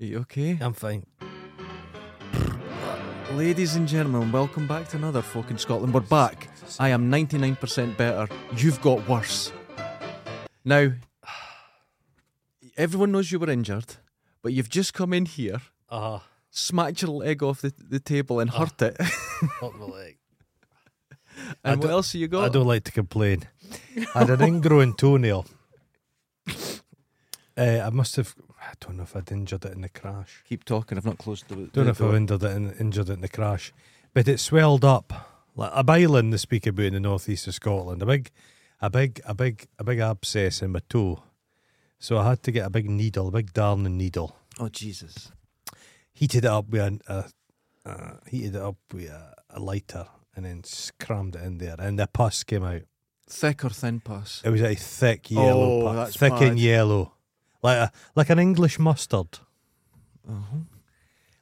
Are you okay? I'm fine. Ladies and gentlemen, welcome back to another Folk in Scotland. We're back. I am 99% better. You've got worse. Now, everyone knows you were injured, but you've just come in here, Ah, smacked your leg off the, the table and hurt it. not my leg. I and what Ah. don't- else have you I got? don't like to complain. I had an ingrown toenail. Uh, I must have. I don't know if I'd injured it in the crash. Keep talking. I've not closed the. Don't the know if I've door. injured it in, injured it in the crash, but it swelled up like a byline they speak about in the northeast of Scotland. A big, a big, a big, a big abscess in my toe. So I had to get a big needle, a big darning needle. Oh Jesus! Heated it up with an- a, uh, heated it up with a, a lighter, and then s- crammed it in there, and the pus came out. Thick or thin pass? It was a thick yellow, Oh, pu- that's thick bad. and yellow, like a, like an English mustard, Uh-huh.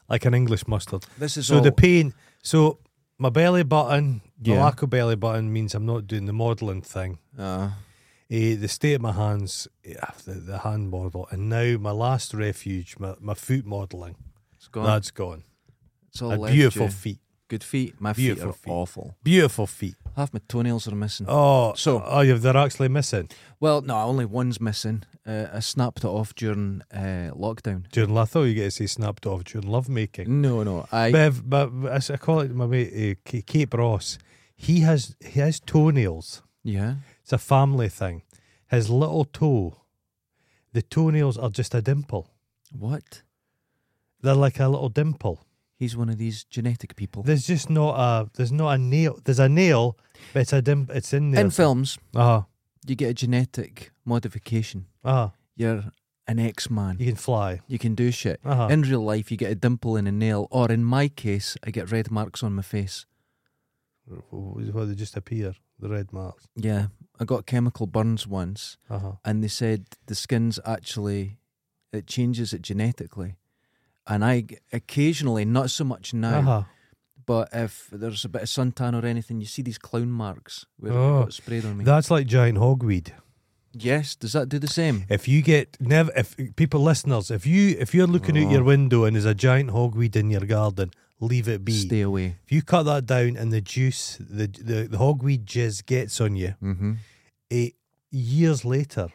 like an English mustard. This is So all. the pain. So my belly button, my Yeah. lack of belly button means I'm not doing the modelling thing. uh, Eh, the state of my hands, eh, ah, the, the hand model, and now my last refuge, my, my foot modelling, it's gone. that's gone. it's all A left beautiful you. feet, Good feet. My feet beautiful are feet. awful. beautiful feet. Half my toenails are missing. Oh, So- so oh, yeah, they're actually missing Well, no, only one's missing. Uh, I snapped it off during uh, lockdown. during. I thought you get to see snapped off during lovemaking. No, no, I. Bev, but as I call it my mate uh, Ca- Cape Ross. He has he has toenails. yeah. It's a family thing. His little toe, the toenails are just a dimple. What? They're like a little dimple. He's one of these genetic people. There's just not a there's not a nail. There's a nail, but it's a dim. It's in there. In films, Uh-huh. you get a genetic modification. Uh-huh. You're an X man. You can fly. You can do shit. Uh-huh. In real life, you get a dimple in a nail, or in my case, I get red marks on my face. Where they just appear, the red marks. Yeah, I got chemical burns once, Uh-huh. and they said the skin's actually it changes it genetically. And I g- occasionally, not so much now, Uh-huh. But if there's a bit of suntan or anything, you see these clown marks where Oh, it got sprayed on me. That's like giant hogweed. yes, does that do the same? If you get never, if people listeners, if you if you're looking out Oh. your window and there's a giant hogweed in your garden, leave it be. Stay away. If you cut that down and the juice, the the, the hogweed jizz gets on you, Mm-hmm. eight years later,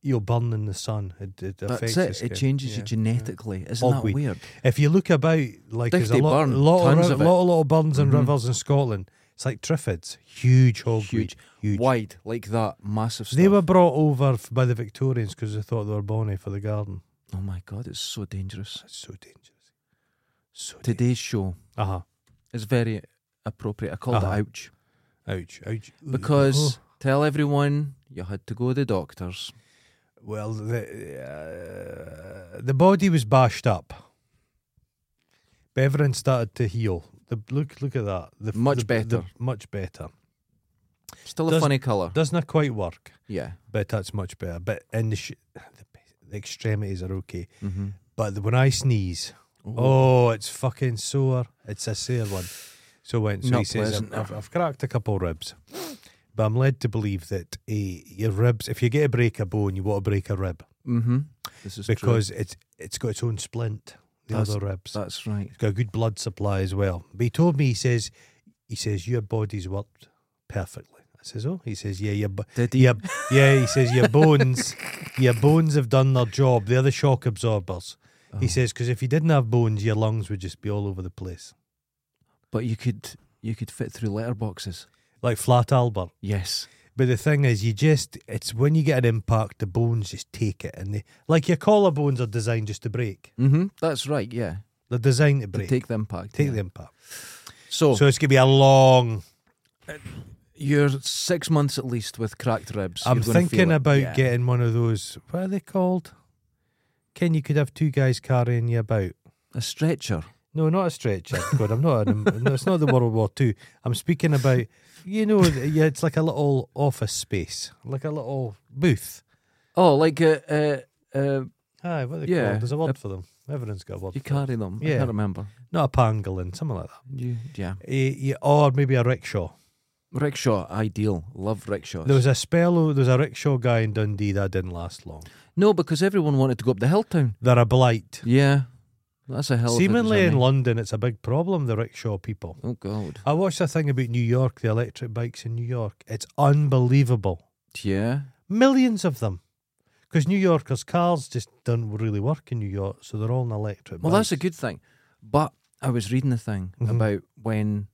you'll burn in the sun. It, it That's affects your it. skin. It changes you Yeah. genetically. Isn't that Hogweed. weird? If you look about, like there's a Difty lot, burn, lot, tons of, of lot, it. lot, lot of burns and Mhm. rivers in Scotland. It's like triffids, huge hogweed, Huge. huge. Wide, like that, massive stuff. They were brought over f- by the Victorians because they thought they were bonny for the garden. Oh my god, it's so dangerous. That's so dangerous. So dangerous. Today's show Uh huh. is very appropriate. I called Uh-huh. Oh. it ouch Ouch, ouch. because tell everyone you had to go to the doctors. Oh, well, the uh, the body was bashed up. But everything started to heal. The look, look at that. The, Much the- better. The, much better. Still a Does- funny colour. Doesn't quite work, Yeah. but that's much better. But in the sh- the, the extremities are okay. Mm-hmm. But when I sneeze, oh, it's fucking sore. It's a sore one. So when so Not he says, pleasant. I've, I've, I've cracked a couple ribs, but I'm led to believe that eh, your ribs, if you get a break a bone, you want to break a rib Mm-hmm. This is true. because it's it's got its own splint. The That's- other ribs, that's right. it's got a good blood supply as well. But he told me he says he says your body's worked perfectly. I says, oh, he says, yeah, your bo- Did he? your, yeah, he says your bones, your bones have done their job. They're the shock absorbers. Oh. He says because if you didn't have bones, your lungs would just be all over the place, But you could you could fit through letterboxes. like flat Albert. Yes. But the thing is, you just—it's when you get an impact, the bones just take it, and they like your collarbones are designed just to break. Mm-hmm. That's right. Yeah. They're designed to To break. Take, take the impact. yeah. Oh. the impact. So, So it's gonna be a long. you're six months at least with cracked ribs. I'm You're gonna feel thinking it. about Yeah. getting one of those. What are they called? Ken, you could have two guys carrying you about. a stretcher. No, not a stretcher. God, I'm not. An, no, it's not the World War Two. I'm speaking about. You know, th- yeah, it's like a little office space, like a little booth. Oh, like a, a, a Aye, what are they Yeah, called? There's a word a- for them. Everyone's got a word. you for it. carry them. I Yeah. can't remember. Not a pangolin, something like that. You, yeah. Eh, yeah, or maybe a rickshaw. Rickshaw, ideal. Love rickshaws. There was a spell. There was a rickshaw guy in Dundee that didn't last long. No, because everyone wanted to go up the hill town. They're a blight. Yeah, that's a eh? hell. Seemingly of a in journey. London, it's a big problem, the rickshaw people. Oh God. I watched a thing about New York, the electric bikes in New York. It's unbelievable. Yeah. Millions of them. Because New Yorkers' cars just don't really work in New York, so they're all on electric Well, bikes. that's a good thing. But I was reading a thing Mhm. about when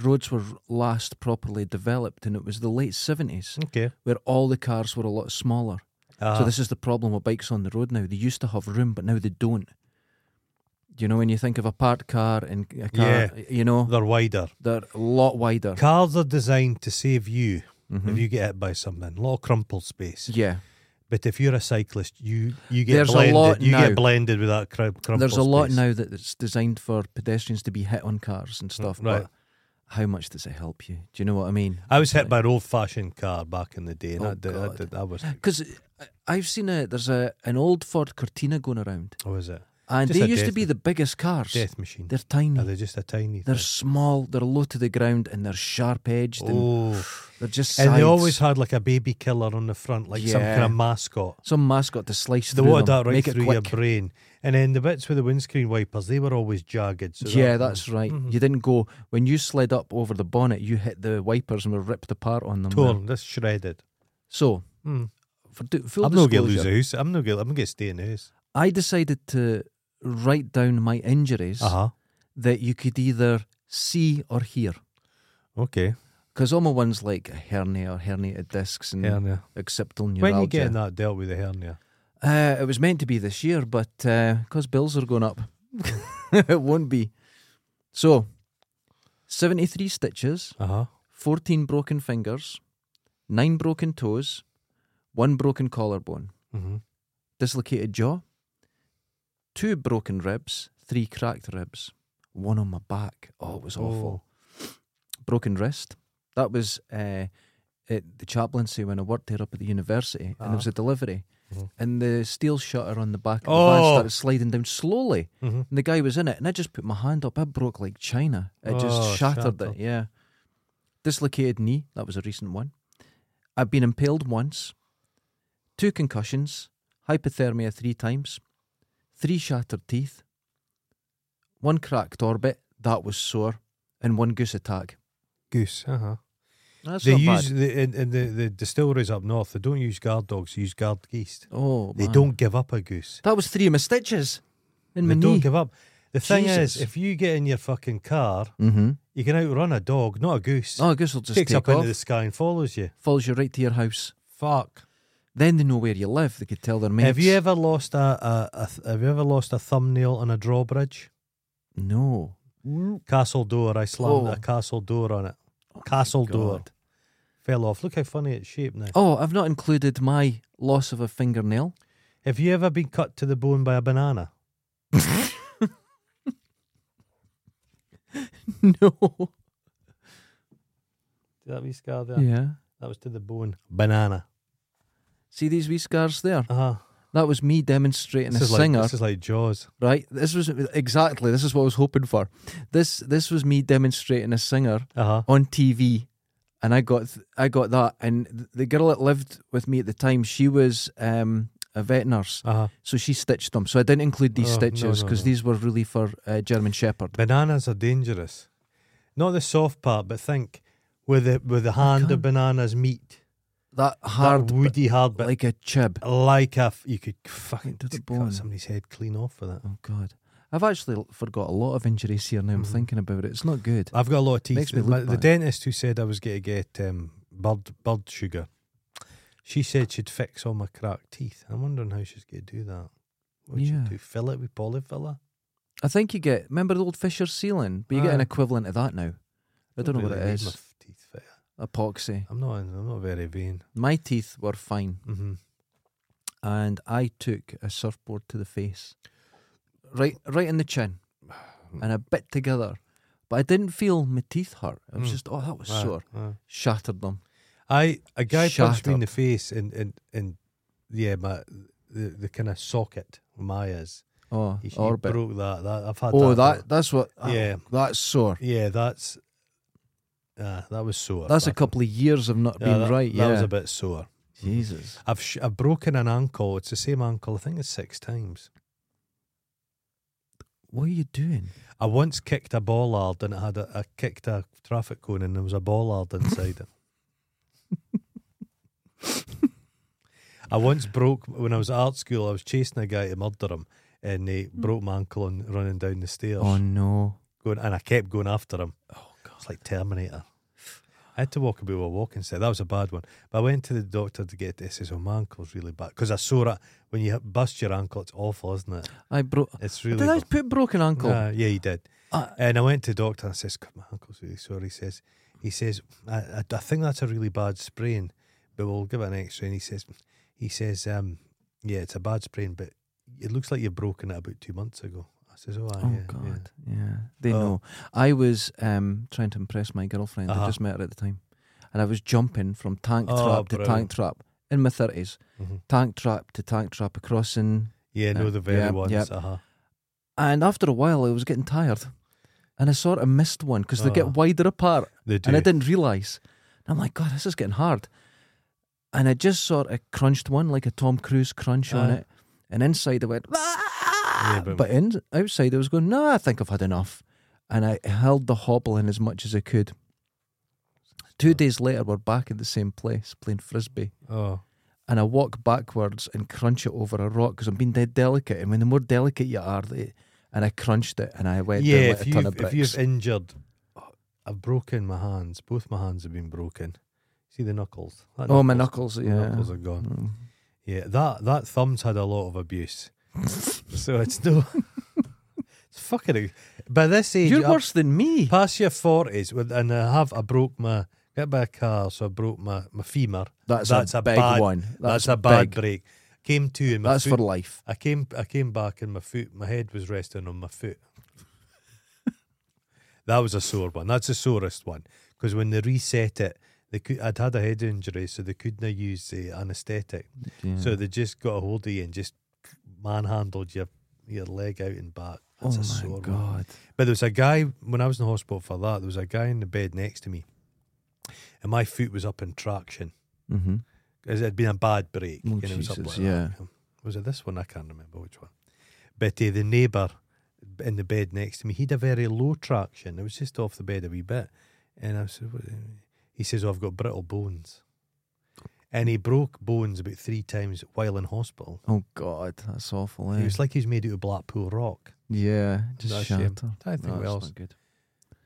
roads were last properly developed, and it was the late seventies Okay. where all the cars were a lot smaller. Mm. Ah, So this is the problem with bikes on the road now. They used to have room, but now they don't. You know, when you think of a parked car and a car, you know, they're wider. they're a lot wider. Cars are designed to save you if Mhm. you get hit by something. A lot of crumpled space. Yeah, But if you're a cyclist, you you get There's a blended. lot you now. get blended with that crump, crumpled there's a lot space. Mm, now that it's designed for pedestrians to be hit on cars and stuff. right. But how much does it help you? Do you know what I mean? I was hit by an old-fashioned car back in the day, and Oh, that, did, God. that, did, that was Because uh, I've seen a there's a an old Ford Cortina going around, what was it? and Just they a used to death- be the biggest cars. Death machine. They're Are tiny. they just a tiny? They're thing? small. They're low to the ground, and they're sharp edged, and Oh, they're just. and they scythes. always had like a baby killer on the front, like some kind Yeah. of mascot. some mascot to slice They through wanted them, that right make it through your quick. brain, and then the bits with the windscreen wipers, they were always jagged. So yeah, that- Mm-hmm. that's right. You didn't go when you slid up over the bonnet. You hit the wipers and were ripped apart on them. there. torn, that's shredded. So, Mm. for d- full I'm not disclosure, gonna lose a house. I'm not gonna. I'm gonna stay in the house. I decided to write down my injuries Uh huh. that you could either see or hear. Okay. Because all my ones like hernia or herniated discs and Hernia. occipital neuralgia. When you getting that dealt with the hernia? Uh, it was meant to be this year, but because bills are going up, it won't be. So, 73 stitches, Uh huh. 14 broken fingers, 9 broken toes, 1 broken collarbone, Mm-hmm. dislocated jaw, 2 broken ribs, 3 cracked ribs, 1 on my back. Oh, it was awful. Broken wrist. That was uh, at the chaplaincy when I worked there up at the university, and there was a delivery. Mhm. And the steel shutter on the back of the van Oh. started sliding down slowly. Mm-hmm. And the guy was in it, and I just put my hand up. I broke like china. It Oh, just shattered shattered. it. Yeah. Dislocated knee. That was a recent one. I've been impaled once. Two concussions. Hypothermia three times. Three shattered teeth. One cracked orbit. That was sore. And one goose attack. Goose. Uh huh. That's they not use bad. the in, in the the distilleries up north. They don't use guard dogs. They use guard geese. Oh, They man. don't give up a goose. That was three of my stitches in they my don't knee. give up. The thing Jesus. is, if you get in your fucking car, mm-hmm. you can outrun a dog, not a goose. Oh, I guess I'll just Takes take up off. into the sky and follows you. Follows you right to your house. Fuck. Then they know where you live. They could tell their mates. Have you ever lost a, a, a th- have you ever lost a thumbnail on a drawbridge? No. Castle door. I slammed Oh. a castle door on it. Castle door fell off. Look how funny it's shaped now. Oh, I've not included my loss of a fingernail. Have you ever been cut to the bone by a banana? no. Did that be scar there? Yeah. That was to the bone. Banana. See these wee scars there? Uh huh. That was me demonstrating This a is like singer, this is like Jaws. right? This was exactly this is what I was hoping for. This this was me demonstrating a singer Uh huh. on TV, and I got th- I got that. And th- the girl that lived with me at the time, she was um, a vet nurse, Uh huh. so she stitched them. So I didn't include these Oh, no, stitches 'cause stitches no, because no. these were really for uh, German Shepherd. Bananas are dangerous. Not the soft part, but think with the with the hand of bananas meat. That hard, that woody hard bit, like, like a chib. a f- you could fucking To the just bone. cut somebody's head clean off with it. Oh God, I've actually l- forgot a lot of injuries here. Now Mm-hmm. I'm thinking about it. It's not good. I've got a lot of teeth. Makes me My- look the bad. dentist who said I was going to get um, bird bird sugar, she said she'd fix all my cracked teeth. I'm wondering how she's going to do that. What would Yeah. she do? Fill it with polyfiller? I think you get. Remember the old Fisher ceiling? But you get an Aye. equivalent of that now. I don't know what really it need is. My f- teeth fit. Epoxy. I'm not. I'm not very vain. My teeth were fine, Mm-hmm. and I took a surfboard to the face, right, right in the chin, and I bit together. But I didn't feel my teeth hurt. It was Mm. just, oh, that was Aye, sore. aye. Shattered them. I a guy Shut punched me in the up. face and and and yeah, my the the kind of socket Maya's. Oh, He, he orbit. broke that. That I've had. Oh, that. that, that's what. ah, Yeah. that's sore. Yeah, that's. Uh, that was sore. That's a That- couple of years of not yeah, being that, right. That yeah. was a bit sore. Jesus. I've sh- I've broken an ankle. It's the same ankle. I think it's six times. What are you doing? I once kicked a bollard and it had a I kicked a traffic cone and there was a bollard inside it. I once broke when I was at art school. I was chasing a guy to murder him, and he broke my ankle on running down the stairs. Oh no. Going and I kept going after him. Oh god, it's like Terminator. I had to walk about with a walking stick. That was a bad one. But I went to the doctor to get this. He says, "Oh, my ankle's really bad because I saw it when you bust your ankle. It's awful, isn't it? I broke. It's really." Did I bad." put broken ankle? Uh, yeah, he did. Uh, and I went to the doctor and I says, "God, "My uncle's really sorry." He says, "He says I, I, I think that's a really bad sprain, but we'll give it an X-ray." And he says, "He says, um, yeah, it's a bad sprain, but it looks like you've broken it about two months ago." I says, "Oh, aye, Oh yeah, yeah." God, yeah, they Oh. know. I was um, trying to impress my girlfriend. Uh-huh. I just met her at the time, and I was jumping from tank Oh, trap to brilliant. tank trap in my thirties, Mhm. tank trap to tank trap across, and yeah, no, Yeah, the very yeah, ones, yeah. uh-huh. and after a while, I was getting tired, and I sort of missed one because they Oh. get wider apart, they do. and I didn't realise. I'm like, God, this is getting hard, and I just sort of crunched one like a Tom Cruise crunch on Aye. it, and inside I went, Uh-huh. "Ah!" but- but, in outside I was going, no, I think I've had enough, and I held the hobble in as much as I could. Two days later, we're back in the same place playing frisbee, Oh, and I walk backwards and crunch it over a rock because I'm being dead delicate, and when the more delicate you are, the and I crunched it, and I went yeah. down like If a ton you've, of if bricks. you've injured, I've broken my hands. Both my hands have been broken. See the knuckles. That oh, my knuckles- knuckles, my yeah. knuckles are gone. Mm. Yeah, that that thumb's had a lot of abuse. so it's no It's fucking ex- by this age You're I'm worse than me. past your forties with and I have I broke my hit by a car, so I broke my, my femur. That's, that's a, a big bad- one. That's, That's, a bad big. break. Came to and my That's foot, for life. I came I came back and my foot my head was resting on my foot. that was a sore one. That's the sorest one. Because when they reset it, they could I'd had a head injury, so they couldn't use the anaesthetic. Yeah. So they just got a hold of you and just manhandled your your leg out and back. oh That's a my sore one. God. But there was a guy when I was in the hospital for that. There was a guy in the bed next to me, and my foot was up in traction Mm-hmm. because it had been a bad break. Oh, and it was up Jesus, like yeah. that. Was it this one? I can't remember which one. But uh, the neighbour in the bed next to me, he'd a very low traction. It was just off the bed a wee bit, and I said, what? uh," he says, oh, "I've got brittle bones." And he broke bones about three times while in hospital. Oh God, that's awful. Eh? He was like he was made out of Blackpool rock. yeah, just That's a shame. shatter. I think No, what that's else? not good.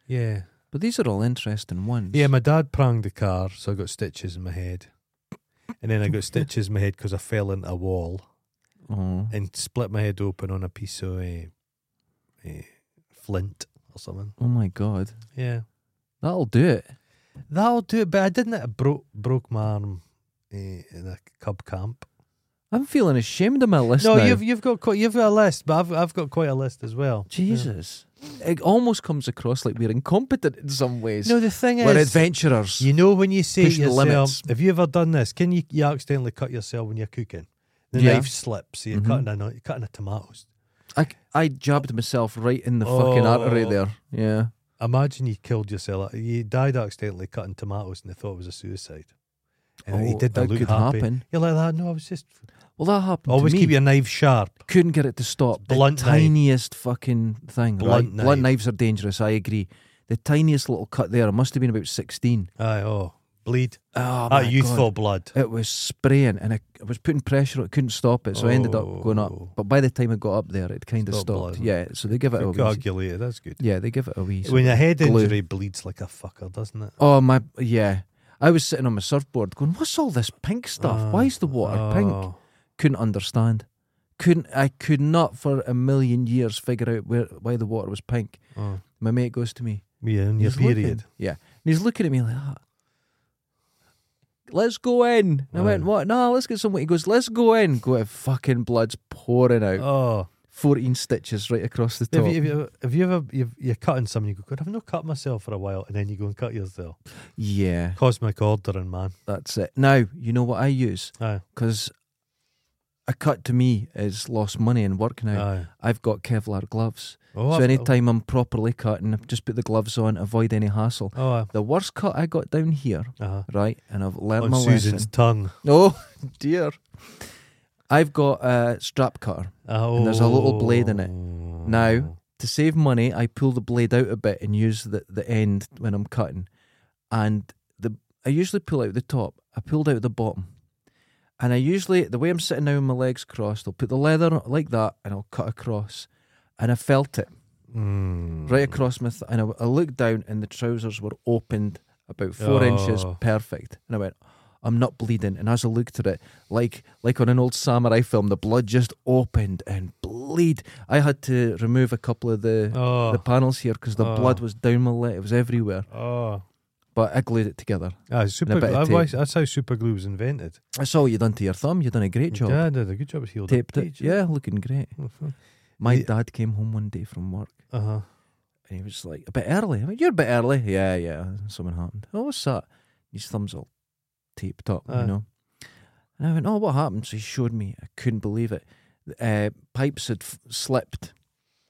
Yeah. But these are all interesting ones. Yeah, my dad pranged the car, so I got stitches in my head. And then I got stitches in my head because I fell into a wall Oh. and split my head open on a piece of uh, uh, flint or something. Oh my God, Yeah. that'll do it. That'll do it, but I didn't. I broke, broke my arm uh, in a cub camp. I'm feeling ashamed of my list no, now. you've you've got quite, you've got a list, but I've I've got quite a list as well. Jesus, it almost comes across like we're incompetent in some ways. No, the thing we're is, adventurers. You know when you say to Pushing the yourself, limits. have you ever done this? Can you, you accidentally cut yourself when you're cooking? The Yeah. knife slips, so you're Mhm. cutting a knife- you're cutting a tomatoes. I, I jabbed myself right in the fucking Oh. artery there. Yeah. Imagine you killed yourself. You died accidentally cutting tomatoes, and they thought it was a suicide. And he Oh, did not that look could happy. happen. You're like that. No, I was just Well, that happened. always to me. keep your knife sharp. couldn't get it to stop. Blunt the knife. tiniest fucking thing. Blunt right? knife. blunt knives are dangerous. I agree. The tiniest little cut there. I must have been about sixteen. Aye, oh, bleed. Oh my that youthful blood. God. It was spraying, and I, I was putting pressure. on It couldn't stop it, so I ended up going up. Oh. But by the time I got up there, it kind of Stopped stopped. blood. Yeah, so they give it a Good wee. coagulated. That's good. Yeah, they give it a wee. When a head Glue. injury bleeds like a fucker, doesn't it? oh my, yeah. I was sitting on my surfboard going, "What's all this pink stuff? Why is the water pink?" Ah, Oh. Couldn't understand. Couldn't I could not for a million years figure out where why the water was pink. Oh. My mate goes to me, Yeah, and your He's looking. period. Yeah. And he's looking at me like that. Let's go in. And I went, Aye. what? No, let's get somewhere. He goes, let's go in. Go out. Fucking blood's pouring out. Oh. 14 stitches right across the top. Have you, have, you, have you ever you've, you're cutting someone? You go, God, I've not cut myself for a while, and then you go and cut yourself. yeah, Cosmic ordering, man. that's it. Now, you know what I use? Aye. Because a cut to me is lost money and work now. Aye. I've got Kevlar gloves. Oh, so I've- anytime I'm properly cutting, I've just put the gloves on, avoid any hassle. Oh, aye. The worst cut I got down here, uh-huh. right, and I've learned on my Susan's lesson. tongue. Oh dear. I've got a strap cutter. Oh. there's a little blade in it. Now, Now- To save money, I pull the blade out a bit and use the, the end when I'm cutting. And the I usually pull out the top. I pulled out the bottom. And I usually the way I'm sitting now with my legs crossed, I'll put the leather on- like that and I'll cut across. And I felt it Hmm. right across my th- and I, I looked down and the trousers were opened about four inches Oh. perfect and i went i'm not bleeding and as i looked at it like like on an old samurai film the blood just opened and bleed i had to remove a couple of the Oh. the panels here because the blood Oh. was down my leg it was everywhere oh. but i glued it together Ah, super, bit of otherwise- that's how super glue was invented. that's all you done to your thumb you done a great job Yeah, I did a good job. It's healed taped up. Oh, it yeah looking great my The- dad came home one day from work Uh huh. And he was like, a bit early. I went, you're a bit early. Yeah, yeah. Something happened. Oh, what's that? His thumb's all taped up, Aye. you know. And I went, oh, what happened? So he showed me. I couldn't believe it. Uh, pipes had f- slipped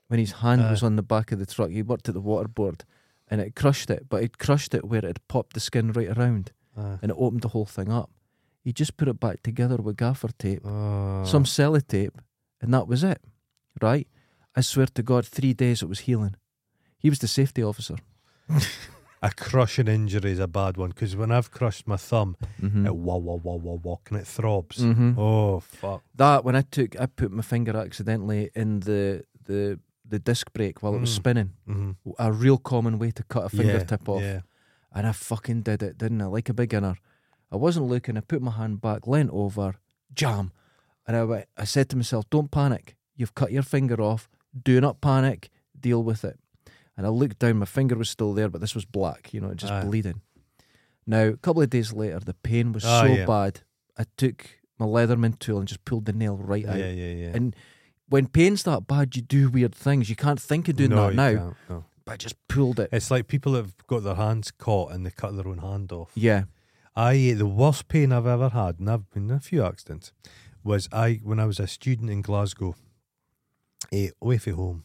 when his hand Aye. was on the back of the truck. He worked at the water board and it crushed it, but it crushed it where it had popped the skin right around Uh, and it opened the whole thing up. He just put it back together with gaffer tape oh. some sellotape, and that was it, right? I swear to God, three days it was healing. He was the safety officer. A crushing injury is a bad one because when I've crushed my thumb, Mm-hmm. it wah wah wah wah wah, and it throbs. Mhm. Oh fuck! That when I took, I put my finger accidentally in the the the disc brake while it was Mm. spinning. Mm-hmm. A real common way to cut a fingertip off, Yeah. and I fucking did it, didn't I? Like a beginner. I wasn't looking. I put my hand back, leant over, jam, and I went. I said to myself, "Don't panic. You've cut your finger off. Do not panic. Deal with it." And I looked down. My finger was still there, but this was black. You know, just Aye. bleeding. Now, a couple of days later, the pain was Ah, so yeah. bad. I took my Leatherman tool and just pulled the nail right Yeah. out. Yeah. Yeah. And when pain's that bad, you do weird things. You can't think of doing no, that you now. can't, Eh, no. But I just pulled it. It's like people that have got their hands caught and they cut their own hand off. yeah. I the worst pain I've ever had, and I've been in a few accidents, was I when I was a student in Glasgow, eh, away from home,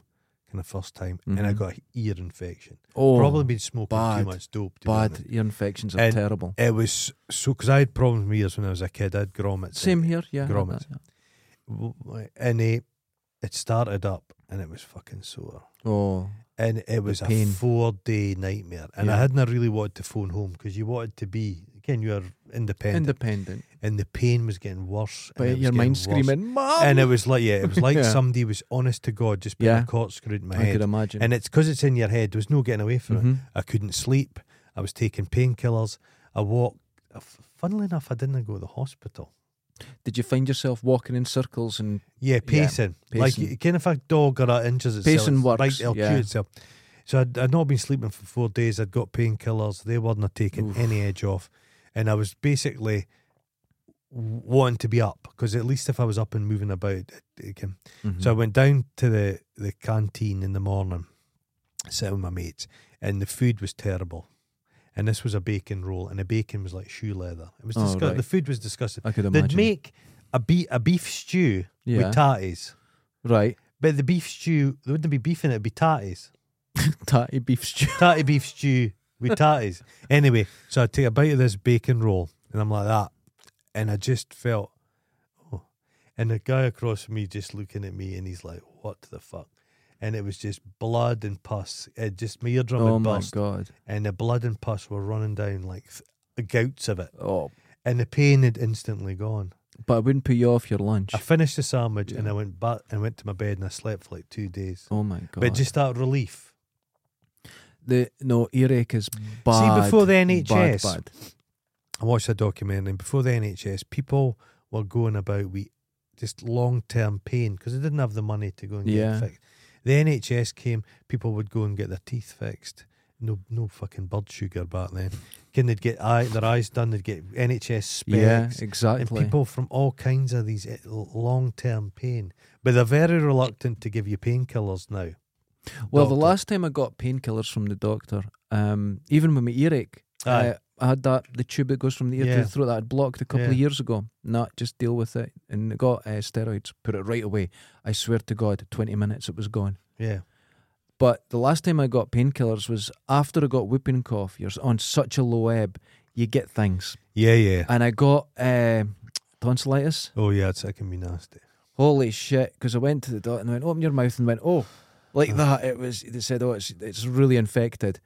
kind of first time, and I Mhm. got an ear infection. Oh, Probably been smoking bad, too much dope. To be honest. bad. Ear infections are And- terrible. It was so because I had problems with my ears when I was a kid. I had grommets. Same here, yeah. I had grommets. that, yeah. here. And eh, it started up, and it was fucking sore. Oh, And it was a pain. four day nightmare. And I Yeah. hadn't really wanted to phone home because you wanted to be again. You are independent, independent. and the pain was getting worse. and it But was your getting mind worse. screaming, Mom! And it was like yeah, it was like Yeah. somebody was honest to God just putting Yeah. a corkscrew in my I could head. imagine. And it's because it's in your head. There was no getting away from it. Mhm. I couldn't sleep. I was taking painkillers. I walked. uh, f- Funnily enough, I didn't go to the hospital. Did you find yourself walking in circles and Yeah, pacing. Like pacing. you kind of a dog or that injures itself. Pacing it's works, Right, it'll yeah. cue itself. So I'd, I'd not been sleeping for four days. I'd got painkillers. They weren't taking Oof. any edge off, and I was basically w- wanting to be up because at least if I was up and moving about, it, it can Mm-hmm. so I went down to the, the canteen in the morning, sat with my mates, and the food was terrible. And this was a bacon roll, and the bacon was like shoe leather. It was Oh, disgust- right. The food was disgusting. I could They'd imagine? make a, be- a beef stew yeah, with tatties, right, but the beef stew, there wouldn't be beef in it, it'd be tatties. tatty beef stew. Tatty beef stew with tatties. Anyway, so I take a bite of this bacon roll, and I'm like that. And I just felt, oh. And the guy across from me just looking at me, and he's like, what the fuck? And it was just blood and pus. It just my eardrum Oh had my burst, god! and the blood and pus were running down like th- gouts of it, Oh, and the pain had instantly gone. but I wouldn't put you off your lunch. I finished the sandwich, and Yeah. I went back and went to my bed, and I slept for like two days. Oh my god! But just that relief. the no earache is bad. before the bad, NHS, bad. I watched a documentary and before the NHS. People were going about we just long term pain because they didn't have the money to go and get Yeah. it fixed. The NHS came, people would go and get their teeth fixed. No, no fucking blood sugar back then. Can they'd get eye, their eyes done? They'd get NHS Yeah, specs. and exactly. people from all kinds of these long term pain, but they're very reluctant to give you painkillers now. Well, the Doctor. last time I got painkillers from the doctor, um, even with my earache, Aye. uh, I had that the tube that goes from the ear to Yeah. the throat that I'd blocked a couple of Yeah. years ago. Nah, just deal with it. And I got uh, steroids, put it right away. I swear to God, 20 minutes it was gone. Yeah. But the last time I got painkillers was after I got whooping cough. You're on such a low ebb, you get things. Yeah, yeah. And I got uh, tonsillitis. Oh, yeah, it's, it can be nasty. Holy shit! Because I went to the doctor and went, "Open your mouth," and went, "Oh, like that." It was. They said, "Oh, it's it's really infected.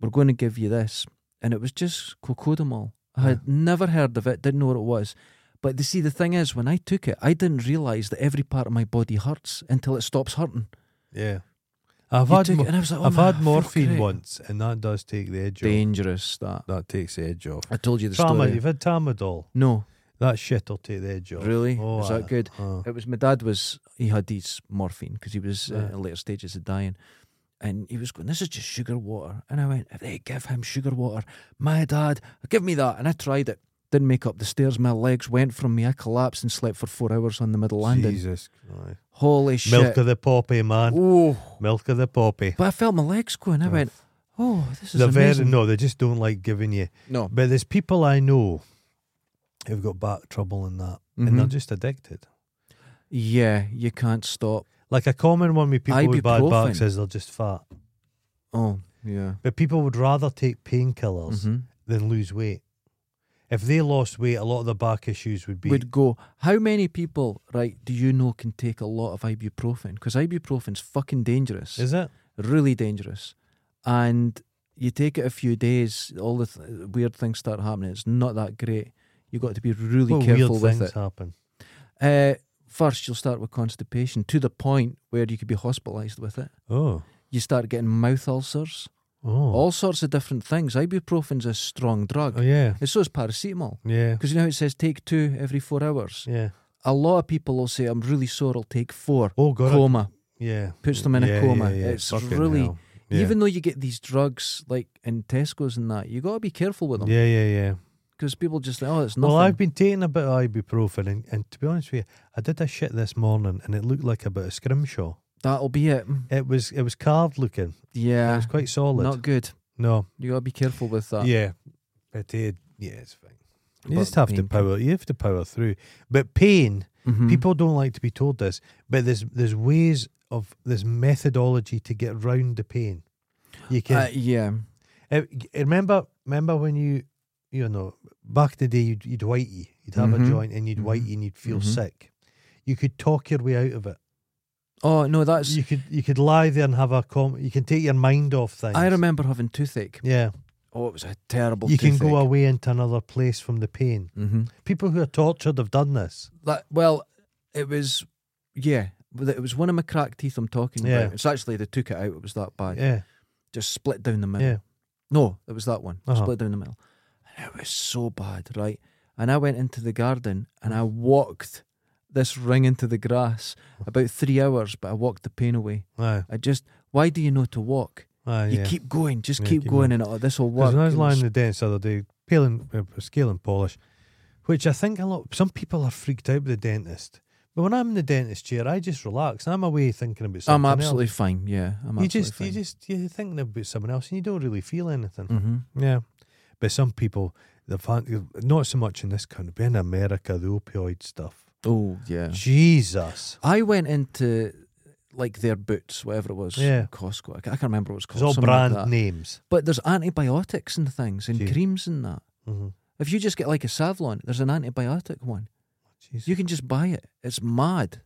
We're going to give you this," and it was just cocodamol. I had never heard of it. Didn't know what it was. But you see, the thing is, when I took it, I didn't realise that every part of my body hurts until it stops hurting. Yeah. I've You had took mo- it and I was like, oh, I've man, I had feel morphine great. once, and that does take the edge off. Dangerous that. That takes the edge off. I told you the Tama, story. you've had Tramadol. No, That shit will take the edge off. really, Oh, is that I- good? uh, It was my dad was he had these morphine because he was uh, Right. in later stages of dying, and he was going, "This is just sugar water." And I went, "If they give him sugar water, my dad, give me that." And I tried it, didn't make up the stairs. My legs went from me. I collapsed and slept for four hours on the middle landing. Jesus Christ. Holy shit! Milk of the poppy, man. oh, Milk of the poppy. but I felt my legs going. I went, "Oh, this is They're very, amazing." no, they just don't like giving you. no, But there's people I know who've got back trouble and that, and they're Mhm. just addicted. yeah, you can't stop. Like a common one with people with bad backs Ibuprofen. is they're just fat. Oh, yeah. But people would rather take painkillers hmm than lose weight. If they lost weight, a lot of the back issues would be. would go. How many people, right, do you know can take a lot of ibuprofen? Because ibuprofen's fucking dangerous, is it? really dangerous. And you take it a few days, all the th- weird things start happening. It's not that great. You got to be really What careful weird with things it. happen. Uh, first, you'll start with constipation to the point where you could be hospitalised with it. Oh, You start getting mouth ulcers, oh, all sorts of different things. Ibuprofen's a strong drug, oh, yeah, and so is paracetamol. yeah, Because you know how it says take two every four hours yeah. a lot of people will say, I'm really sore, I'll take four. Oh, God, I- Coma. yeah. Puts them in a Yeah, coma. yeah, yeah. It's Fucking really- hell. Yeah. Even though you get these drugs like in Tesco's and that, you got to be careful with them yeah, yeah, yeah. because people just think, oh, it's nothing. Well, I've been taking a bit of ibuprofen, and, and to be honest with you, I did a shit this morning, and it looked like a bit of scrimshaw. That'll be it. Mm, It was it was carved looking. It Yeah. was quite solid. Not good. no, You got to be careful with that. yeah, it did. Yeah, it's fine. You But just have to pain- power. You have to power through. But pain, Mhm. people don't like to be told this, but there's there's ways of there's methodology to get round the pain. You can Uh, yeah. Uh, g- remember, remember when you, you know, back in the day, you'd, you'd whitey, you'd have Mhm. a joint, and you'd Mhm. whitey, and you'd feel Mhm. sick. You could talk your way out of it. Oh, no, that's. You could, you could lie there and have a com. You can take your mind off things. I remember having toothache. Yeah, Oh, it was a terrible you toothache. can go away into another place from the pain. Mm-hmm. People who are tortured have done this. That, well, it was, yeah. but It was one of my cracked teeth I'm talking Yeah. about. It's actually, they took it out. It was that bad. Yeah, Just split down the middle. yeah. No, it was that one. Uh-huh. Split down the middle. And it was so bad, right? And I went into the garden and I walked this ring into the grass about three hours, but I walked the pain away. Aye, I just, why do you know to walk? aye, You Uh, yeah. keep going, just Yeah, keep, keep going, and oh, this will work. Because when I was It lying was- in the dentist the other day, peeling, uh, scaling polish, which I think a lot, some people are freaked out with the dentist. But when I'm in the dentist chair, I just relax. I'm away thinking about something I'm absolutely else. fine. Yeah, I'm absolutely you just, fine. you just, you're thinking about someone else and you don't really feel anything. hmm Yeah. But some people, the fan, not so much in this country, but in America, the opioid stuff. Oh yeah. Jesus. I went into like their boots, whatever it was, Yeah. Costco. I ca- I can't remember what it's It's called. all something like brand that. names. But there's antibiotics and things and Gee. creams and that. Mhm. If you just get like a Savlon, there's an antibiotic one. Jesus. You can just buy it. It's mad.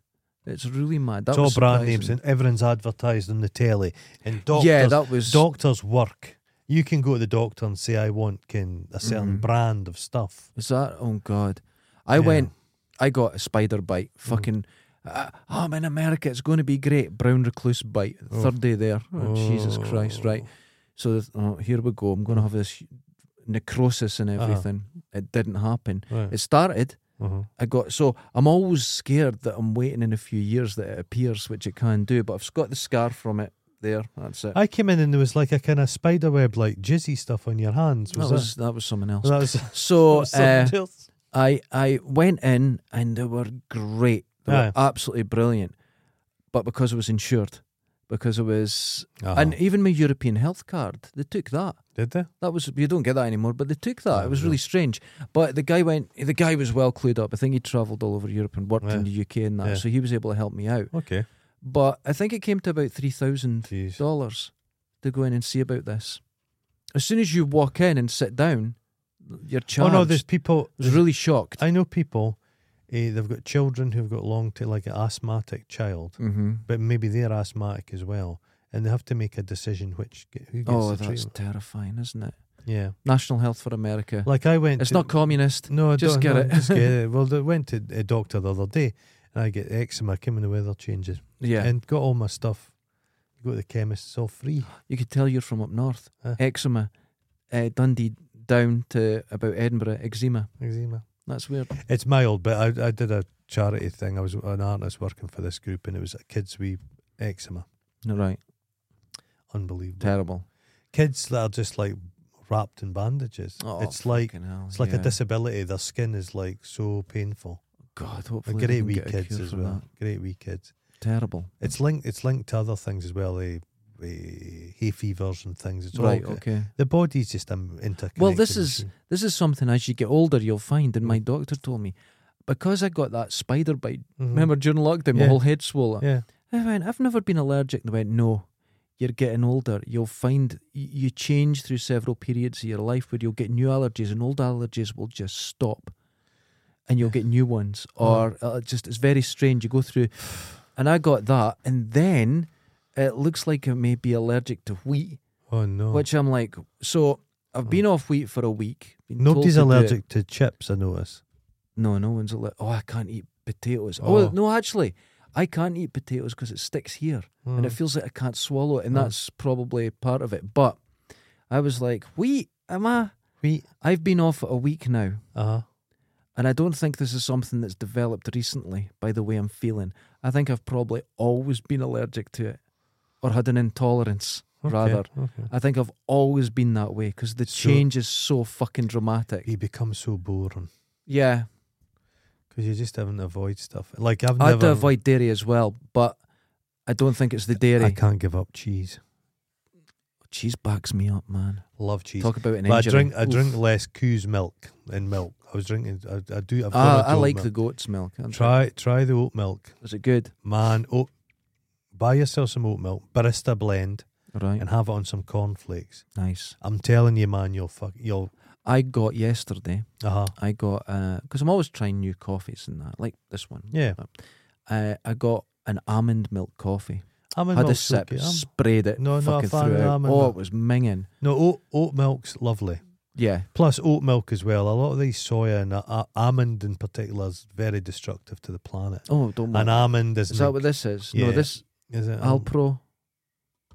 It's really mad. That it's all was brand surprising. names and everyone's advertised on the telly. And doctors yeah, that was. doctors work. You can go to the doctor and say, "I want can a certain Mhm. brand of stuff." was that? Oh God, I Yeah. Mm. went. I got a spider bite. Fucking. Uh, oh, I'm in America. It's going to be great. Brown recluse bite. Oh. Third day there. Oh, Jesus Christ! Right. Oh. So th- oh, here we go. I'm going to have this necrosis and Uh-huh. everything. It didn't happen. Right. It started. Uh-huh. I got so I'm always scared that I'm waiting in a few years that it appears, which it can do. But I've got the scar from it there. That's it. I came in and there was like a kind of spider web, like jizzy stuff on your hands. that Was was that was someone else. Oh, that, that was, Oh, So uh, something else. I I went in and they were great. They were absolutely brilliant, but because it was insured, because it was, Uh-huh. and even my European health card, they took that. Did they? That was you don't get that anymore, but they took that. It was Yeah. really strange. But the guy went. The guy was well clued up. I think he travelled all over Europe and worked in the UK and that, Yeah. so he was able to help me out. Okay. But I think it came to about three thousand Jeez. dollars to go in and see about this. As soon as you walk in and sit down, you're charged. Oh no, there's people. I was really shocked. I know people. eh, they've got children who've got long to like an asthmatic child, Mm-hmm. but maybe they're asthmatic as well, and they have to make a decision which ge- who gets Oh, the that's treatment. terrifying, isn't it? Yeah, National Health for America. like I went. It's to- not communist. No, I Just don't, get no, it. just get it. Well, I went to a doctor the other day, and I get eczema. Came when the weather changes, Yeah, and got all my stuff. Go to the chemist; it's all free. you could tell you're from up north. Huh. Eczema, uh, Dundee down to about Edinburgh. Eczema. Eczema. That's weird. It's mild, but I, I did a charity thing. I was an artist working for this group, and it was a kids' wee eczema. No, right. Unbelievable. Terrible. kids that are just like wrapped in bandages. Oh, it's like fucking hell, it's like yeah. a disability. Their skin is like so painful. God, Like, hopefully. they great can wee get a kids cure as for well. Great wee kids. that. Terrible. It's linked. It's linked to other things as well. Eh, eh, hay fevers and things. It's right, all okay. the body's just um, interconnected. Well, this is Mm-hmm. machine. this is something as you get older you'll find, and Mm. my doctor told me. Because I got that spider bite, Mhm. remember during lockdown, my Yeah. whole head swollen. Yeah, I went, I've never been allergic. And they went, no, you're getting older. You'll find y- you change through several periods of your life where you'll get new allergies and old allergies will just stop and you'll get new ones. Oh. Or uh, just, it's very strange. You go through, and I got that. And then it looks like I may be allergic to wheat, oh no. which I'm like, so I've been off wheat for a week. been told Nobody's to do it. allergic to chips. I notice. No, no one's allergic. Oh, I can't eat potatoes. oh Oh. no, actually. I can't eat potatoes because it sticks here and Hmm. it feels like I can't swallow it, and Mm. that's probably part of it. But I was like, "Wheat, am I? Wheat. I've been off a week now, Uh huh. and I don't think this is something that's developed recently. By the way, I'm feeling. I think I've probably always been allergic to it, or had an intolerance. Rather, Okay. I think I've always been that way because the So- change is so fucking dramatic. You become so boring Yeah, because you just having to avoid stuff. Like I've I had to never. avoid dairy as well, but I don't think it's the dairy. I can't give up cheese. Cheese backs me up, man. Love cheese. Talk about an But I injury. drink I Oof. drink less coo's milk than milk. I was drinking. I, I do. I've Ah, got I like the milk. goat's milk. I'm try try the oat milk, Is it good? man. Oat, buy yourself some oat milk, barista blend, Right. and have it on some cornflakes. nice. I'm telling you, man, you'll fuck you'll. I got yesterday. Uh huh. I got because I'm always trying new coffees and that, like this one. Yeah. Uh, I got an almond milk coffee. I'm Had a sip, Um, sprayed it, No, not a fucking fan threw of it out. almond Oh, milk. it was minging. No oat oat milk's lovely. Yeah, Plus oat milk as well. A lot of these soya and uh, uh, almond in particular is very destructive to the planet. Oh, don't And mind. almond is, Is that what this is? No, Yeah. this is it? um, Alpro.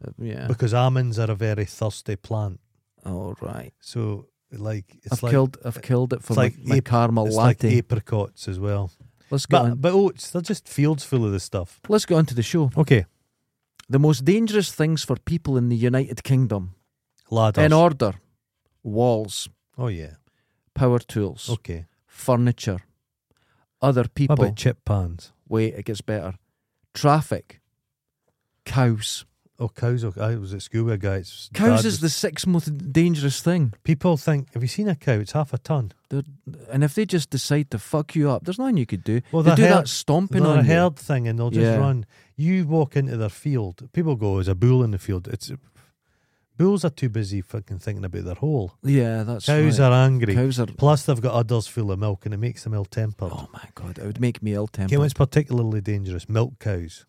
Uh, yeah. because almonds are a very thirsty plant. All right. So like it's I've like killed. I've killed it for it's my, like my ap- caramel it's latte. like apricots as well. Let's get But on. but oats, they're just fields full of this stuff. Let's get on to the show. Okay, The most dangerous things for people in the United Kingdom, ladders. in order: walls, oh yeah. power tools, Okay. furniture, other How people. about chip pans? Wait, it gets better. Traffic, cows. Oh, cows. Okay. I was at school with a guy. It's Cows is the sixth most dangerous thing. people think. Have you seen a cow? It's half a ton. And if they just decide to fuck you up, there's nothing you could do. Well, they the do herd- that stomping They're a on you. herd thing, and they'll just Yeah. run. You walk into their field. People go, "There's a bull in the field." It's bulls are too busy fucking thinking about their hole. Yeah, that's Cows right. are angry. Cows are. Plus, they've got udders full of milk, and it makes them ill-tempered. Oh my god, it would make me ill Okay, what's tempered. particularly dangerous? Milk cows.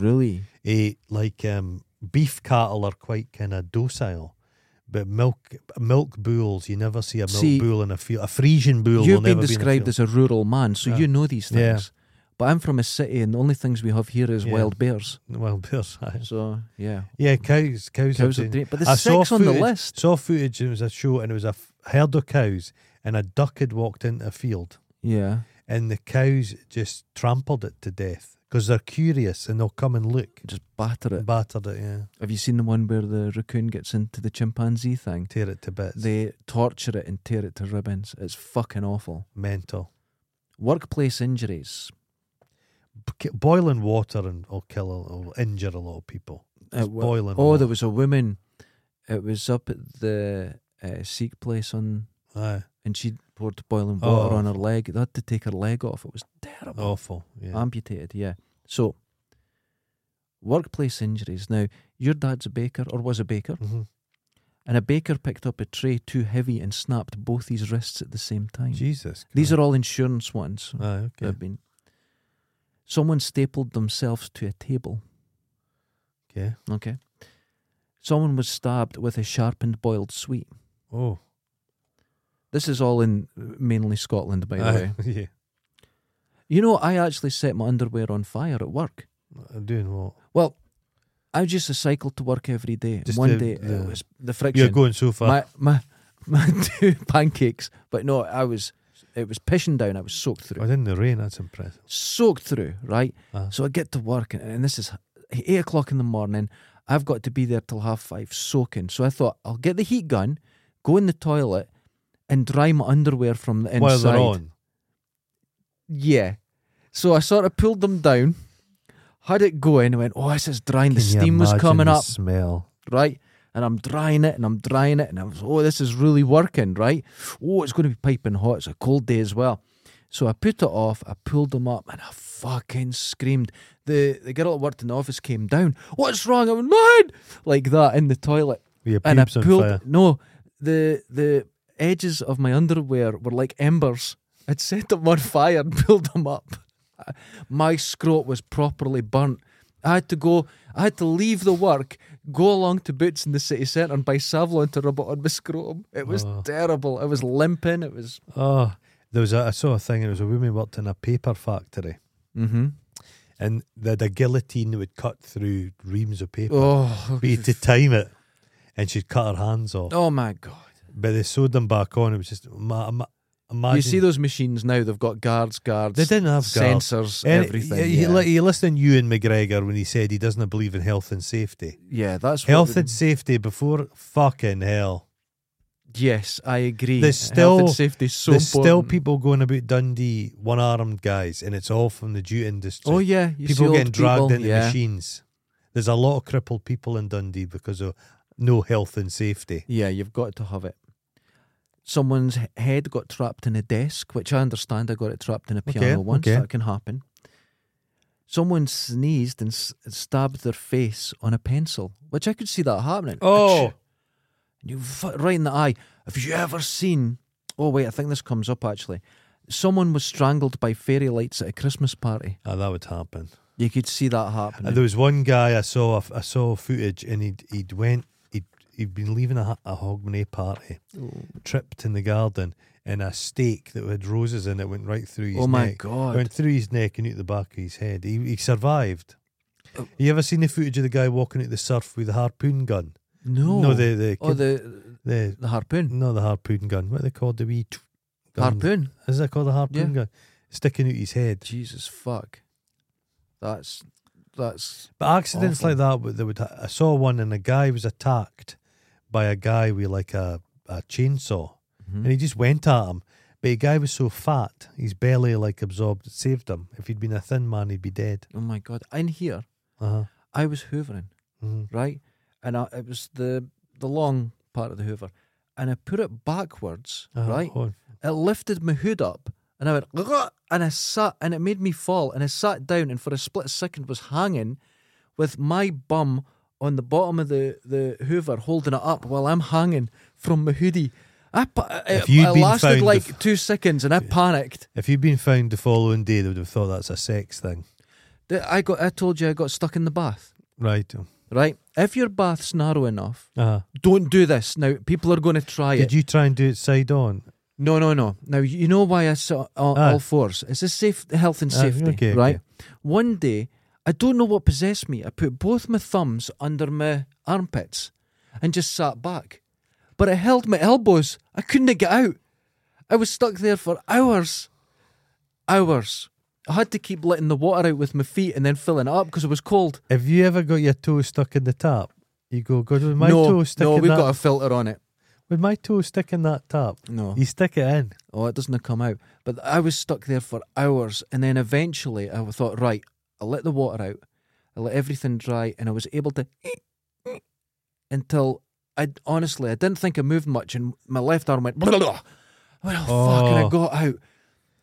Really? Eh, like um, beef cattle are quite kind of docile, but milk milk bulls, you never see a milk See, bull in a field. A Frisian bull will You've been never described be in a field. as a rural man, so Yeah. you know these Yeah. things. But I'm from a city, and the only things we have here is Yeah. wild bears. Well, bears. aye. So yeah, Yeah, cows. Cows, cows are are. dan- Dra- but I there's saw six on the footage- list. Saw footage, it was a show, and it was a f- herd of cows, and a duck had walked into a field, Yeah. and the cows just trampled it to death because they're curious and they'll come and look. Just batter it. Battered it, yeah. Have you seen the one where the raccoon gets into the chimpanzee thing? Tear it to bits. They torture it and tear it to ribbons. It's fucking awful. Mental. Workplace injuries. K- boiling water and will kill a- will injure a lot of people. It's It wa- boiling. Oh, hot. there was a woman. It was up at the uh, Sikh place on, Aye. and she poured boiling water Oh. on her leg. They had to take her leg off. It was terrible. awful. Yeah. Amputated, yeah. So, workplace injuries. Now, your dad's a baker or was a baker, Mhm. and a baker picked up a tray too heavy and snapped both his wrists at the same time. Jesus. These are all insurance ones Aye, that okay. have been. Someone stapled themselves to a table. Okay. Okay. Someone was stabbed with a sharpened boiled sweet. Oh. This is all in mainly Scotland, by the way. Aye. yeah. You know, I actually set my underwear on fire at work. I'm doing what? Well, I just cycled to work every day. Just One the- day the- it was the You're friction. going so far. my my my two pancakes, but no, I was it was pissing down. I was soaked through, oh, in the rain. That's impressive. soaked through, right? Uh-huh. So I get to work, and, and this is eight o'clock in the morning. I've got to be there till half five, soaking. So I thought I'll get the heat gun, go in the toilet, and dry my underwear from the inside. While they're on. Yeah. So I sort of pulled them down, had it going, and went, oh, this is drying. the steam was coming up, Smell. right? And I'm drying it and I'm drying it, and I was, oh, this is really working, right? Oh, it's going to be piping hot. It's a cold day as well. So I put it off, I pulled them up, and I fucking screamed. The the girl that worked in the office came down. What's wrong? I went, mine! Like that in the toilet. Your And I pubes on pulled fire. no, the the edges of my underwear were like embers. I'd set them on fire and pulled them up. I- My scrot was properly burnt. I had to go. I had to leave the work, go along to Boots in the city centre and buy Savlon to rub it on my scrotum. It was Oh. terrible. I was limping. It was. Oh, there was a, I saw a thing. There was a woman worked in a paper factory, Mm-hmm. and they had a guillotine that would cut through reams of paper. Oh, But you had to time it, and she'd cut her hands off. oh my god! But they sewed them back on. It was just ma- ma- imagine. You see those machines now? They've got guards, guards, They didn't have guards. sensors, And everything. You, you, yeah. li- you listen to Ewan McGregor when he said he doesn't believe in health and safety. yeah, that's what Health the- and safety before fucking hell. Yes, I agree. There's Health still- and safety is so There's still important. people going about Dundee one armed guys, and it's all from the jute industry. Oh yeah, you see people old getting dragged people, into yeah. machines. There's a lot of crippled people in Dundee because of no health and safety. Yeah, you've got to have it. Someone's he- head got trapped in a desk, which I understand. I got it trapped in a Okay, piano once. okay. That can happen. Someone sneezed and s- stabbed their face on a pencil, which I could see that happening. Oh! Achoo. you f- right in the eye. Have you ever seen? Oh wait, I think this comes up actually. Someone was strangled by fairy lights at a Christmas party. Ah, that would happen. You could see that Uh, happening. there was one guy I saw. I saw footage, and he'd he'd went. He'd he'd been leaving a, ho- a Hogmanay party, Oh. tripped in the garden, and a stake that had roses in it went right through his oh my neck. god! Went through his neck and out the back of his head. He, he survived. Oh. You ever seen the footage of the guy walking out the surf with the harpoon gun? No, no the the, oh kid- the the the harpoon, No, the harpoon gun. What are they called? The wee t- gun. harpoon. Is that called the harpoon Yeah. gun? Sticking out his head. Jesus fuck, that's that's But accidents Awful. like that, would- they would. Ha- I saw one, and a guy was attacked by a guy with like a, a chainsaw, Mm-hmm. and he just went at him. But the guy was so fat, his belly like absorbed, it saved him. If he'd been a thin man, he'd be dead. oh my god. In here, Uh I was hoovering huh. mm right, and I, it was the the long part of the hoover, and I put it backwards, Uh-huh. right. It lifted my hood up, and I went "Ugh," and I sat, and it made me fall, and I sat down, and for a split second was hanging with my bum on the bottom of the the hoover, holding it up while I'm hanging from my hoodie. I, pa- If it, you'd it been lasted found like def- two seconds, and I panicked. If you'd been found the following day, they would have thought that's a sex thing, Th- I got. I told you I got stuck in the bath. right? Right. If your bath's narrow enough, Uh-huh. don't do this. Now people are going to try it. Did you try and do it side on? no, no, no. Now you know why I saw all, Ah. all fours. It's a safe health and Ah, safety, okay, right? One day, I don't know what possessed me. I put both my thumbs under my armpits and just sat back, but I held my elbows. I couldn't get out. I was stuck there for hours, hours. I had to keep letting the water out with my feet and then filling it up because it was cold. Have you ever got your toe stuck in the tap? You go, God, with my no, toe sticking no, we've that, got a filter on it. with my toe sticking that tap. No, You stick it in. oh, it doesn't come out. But I was stuck there for hours, and then eventually I thought, right, I'll let the water out. I let everything dry, and I was able to until I honestly I didn't think I moved much, and my left arm went. Well, fuck, and I Oh. got out,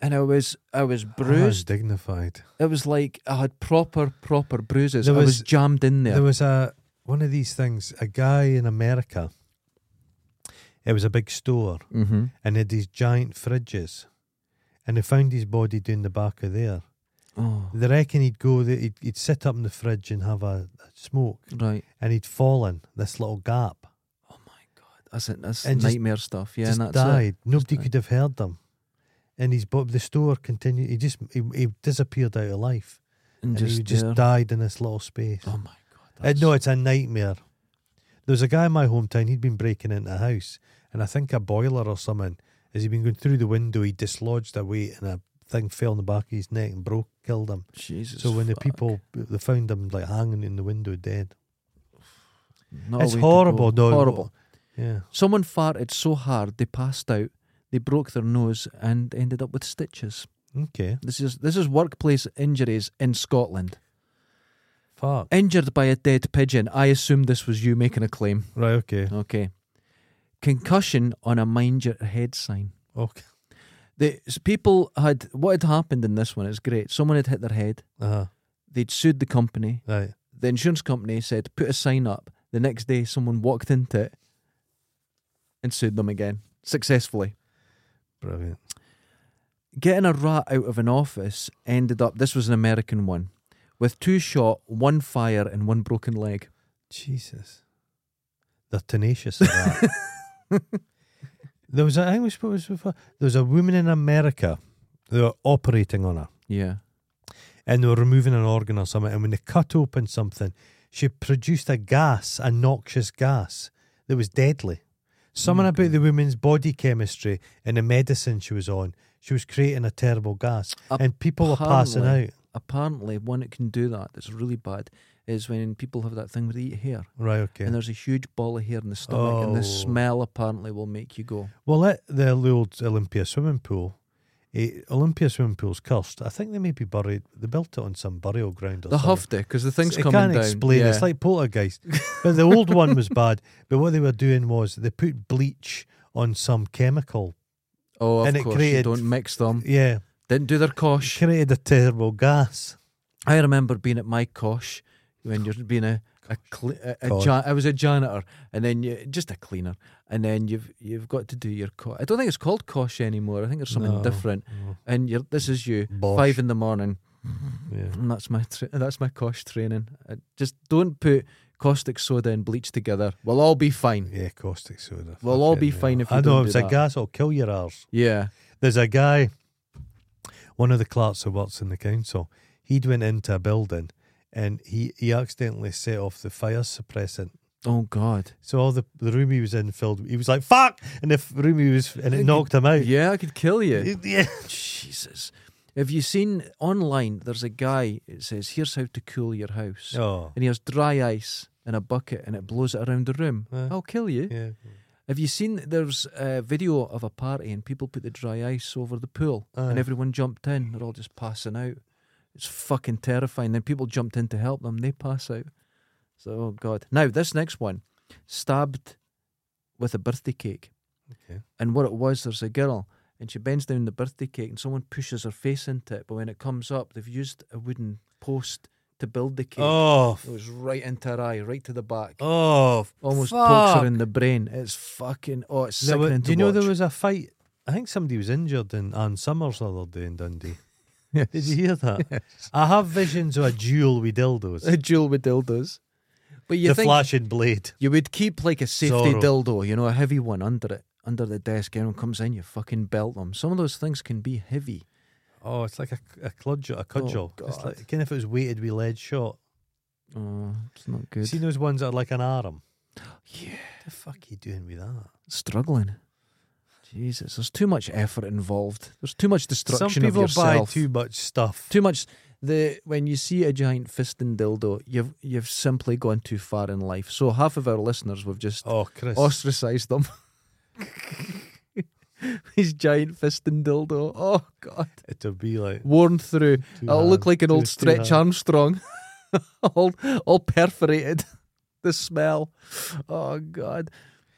and I was I was bruised. dignified. It was like I had proper proper bruises. There I was was- jammed in there. There was a one of these things. A guy in America. It was a big store, mm-hmm. and they had these giant fridges, and they found his body down the back of there. Oh, They reckon he'd go there. He'd, he'd sit up in the fridge and have a, a smoke, right. and he'd fallen this little gap. Oh my god, that's it. That's And just- nightmare stuff. Yeah, just and that's it. died. Nobody died. could have heard them. And he's but the store continued. He just he, he disappeared out of life, And, and, just, he just there. died in this little space. Oh my god. Uh, that's- no, it's a nightmare. There was a guy in my hometown. He'd been breaking into a house, and I think a boiler or something. As he'd been going through the window, he dislodged a weight, and a thing fell on the back of his neck and broke, killed him. Jesus. so when the fuck. people they found him like hanging in the window, dead. Not a it's way to go. horrible, though. Horrible. Yeah. Someone farted so hard they passed out. They broke their nose and ended up with stitches. Okay. This is this is workplace injuries in Scotland. Fuck. Injured by a dead pigeon. I assume this was you making a claim. Right. Okay. Okay. Concussion on a mind your head sign. Okay. The s- people had what had happened in this one is great. Someone had hit their head. Uh huh. They'd sued the company. Right. The insurance company said put a sign up. The next day, someone walked into it and sued them again successfully. Brilliant. Getting a rat out of an office ended up, this was an American one, with two shot, one fire, and one broken leg. Jesus. They're tenacious of that. there was a, I think we spoke about this before. There was a woman in America. They were operating on her Yeah. and they were removing an organ or something. And when they cut open something, she produced a gas, a noxious gas that was deadly. Something about the woman's body chemistry and the medicine she was on, she was creating a terrible gas. and people were passing out. Apparently- Apparently, one that can do that, that's really bad, is when people have that thing where they eat hair. Right, okay. And there's a huge ball of hair in the stomach, and the Oh. smell apparently will make you go. Well, at the old Olympia swimming pool, eh, Olympia swimming pool's cursed. I think they may be buried. They built it on some burial ground or They something. huffed it because the thing's I coming can't down. explain. Yeah. It's like poltergeist. but the old one was bad. But what they were doing was they put bleach on some chemical. oh, of and it course, you created- don't mix them. Yeah, Didn't do their kosh. created a terrible gas. I remember being at my kosh when you're being a a, cle- a, a Kosh. ja- I was a janitor, and then you just a cleaner, and then you've you've got to do your kosh. I don't think it's called kosh anymore. I think it's something No. different. Oh, And you're this is you Bosh. five in the morning, Yeah. and that's my tra- that's my kosh training. I just don't put caustic soda and bleach together. We'll all be fine. Yeah, caustic soda. We'll all Fucking be hell. fine if you I know don't if it's do a that. gas, it'll kill your arse. Yeah, There's a guy, one of the clerks who works in the council. He'd went into a building and he, he accidentally set off the fire suppressant. Oh God. So all the, the room he was in filled. He was like "fuck," and the f- room he was and it knocked him out. Yeah, I could kill you. It- yeah. Jesus. Have you seen online? There's a guy. It says, "Here's how to cool your house." Oh, and he has dry ice in a bucket and it blows it around the room. Aye. I'll kill you. yeah. Have you seen there's a video of a party and people put the dry ice over the pool and Aye. everyone jumped in? They're all just passing out. It's fucking terrifying. Then people jumped in to help them, they pass out. So, oh God. Now, this next one stabbed with a birthday cake. Okay. And what it was, there's a girl and she bends down the birthday cake and someone pushes her face into it. But when it comes up, they've used a wooden post to build the cake. Oh, f- It was right into her eye, right to the back. oh, f- Almost fuck. pokes her in the brain. It's fucking oh, it's There wa- sickening do you to know watch. there was a fight? I think somebody was injured in Ann Summers the other day in Dundee. Did you hear that? I have visions of a duel with dildos, a duel with dildos? But you the think flashing blade. you would keep like a safety Zorro. dildo, you know, a heavy one under it, under the desk. Everyone comes in, you fucking belt them. Some of those things can be heavy. Oh, it's like a, a cudgel. A cudgel. It's Oh, God. like, kind of if it was weighted with lead shot. Oh, it's not good. Seen those ones that are like an arm? Yeah. What the fuck are you doing with that? Struggling. Jesus, there's too much effort involved. There's too much destruction Some people of yourself. buy too much stuff. too much the when you see a giant fist and dildo you've you've simply gone too far in life so half of our listeners we've just oh, Chris. ostracized them his giant fist and dildo oh god It'll be like. worn through two it'll look hands- like an two- old two stretch hands. armstrong all, all perforated. the smell. Oh God.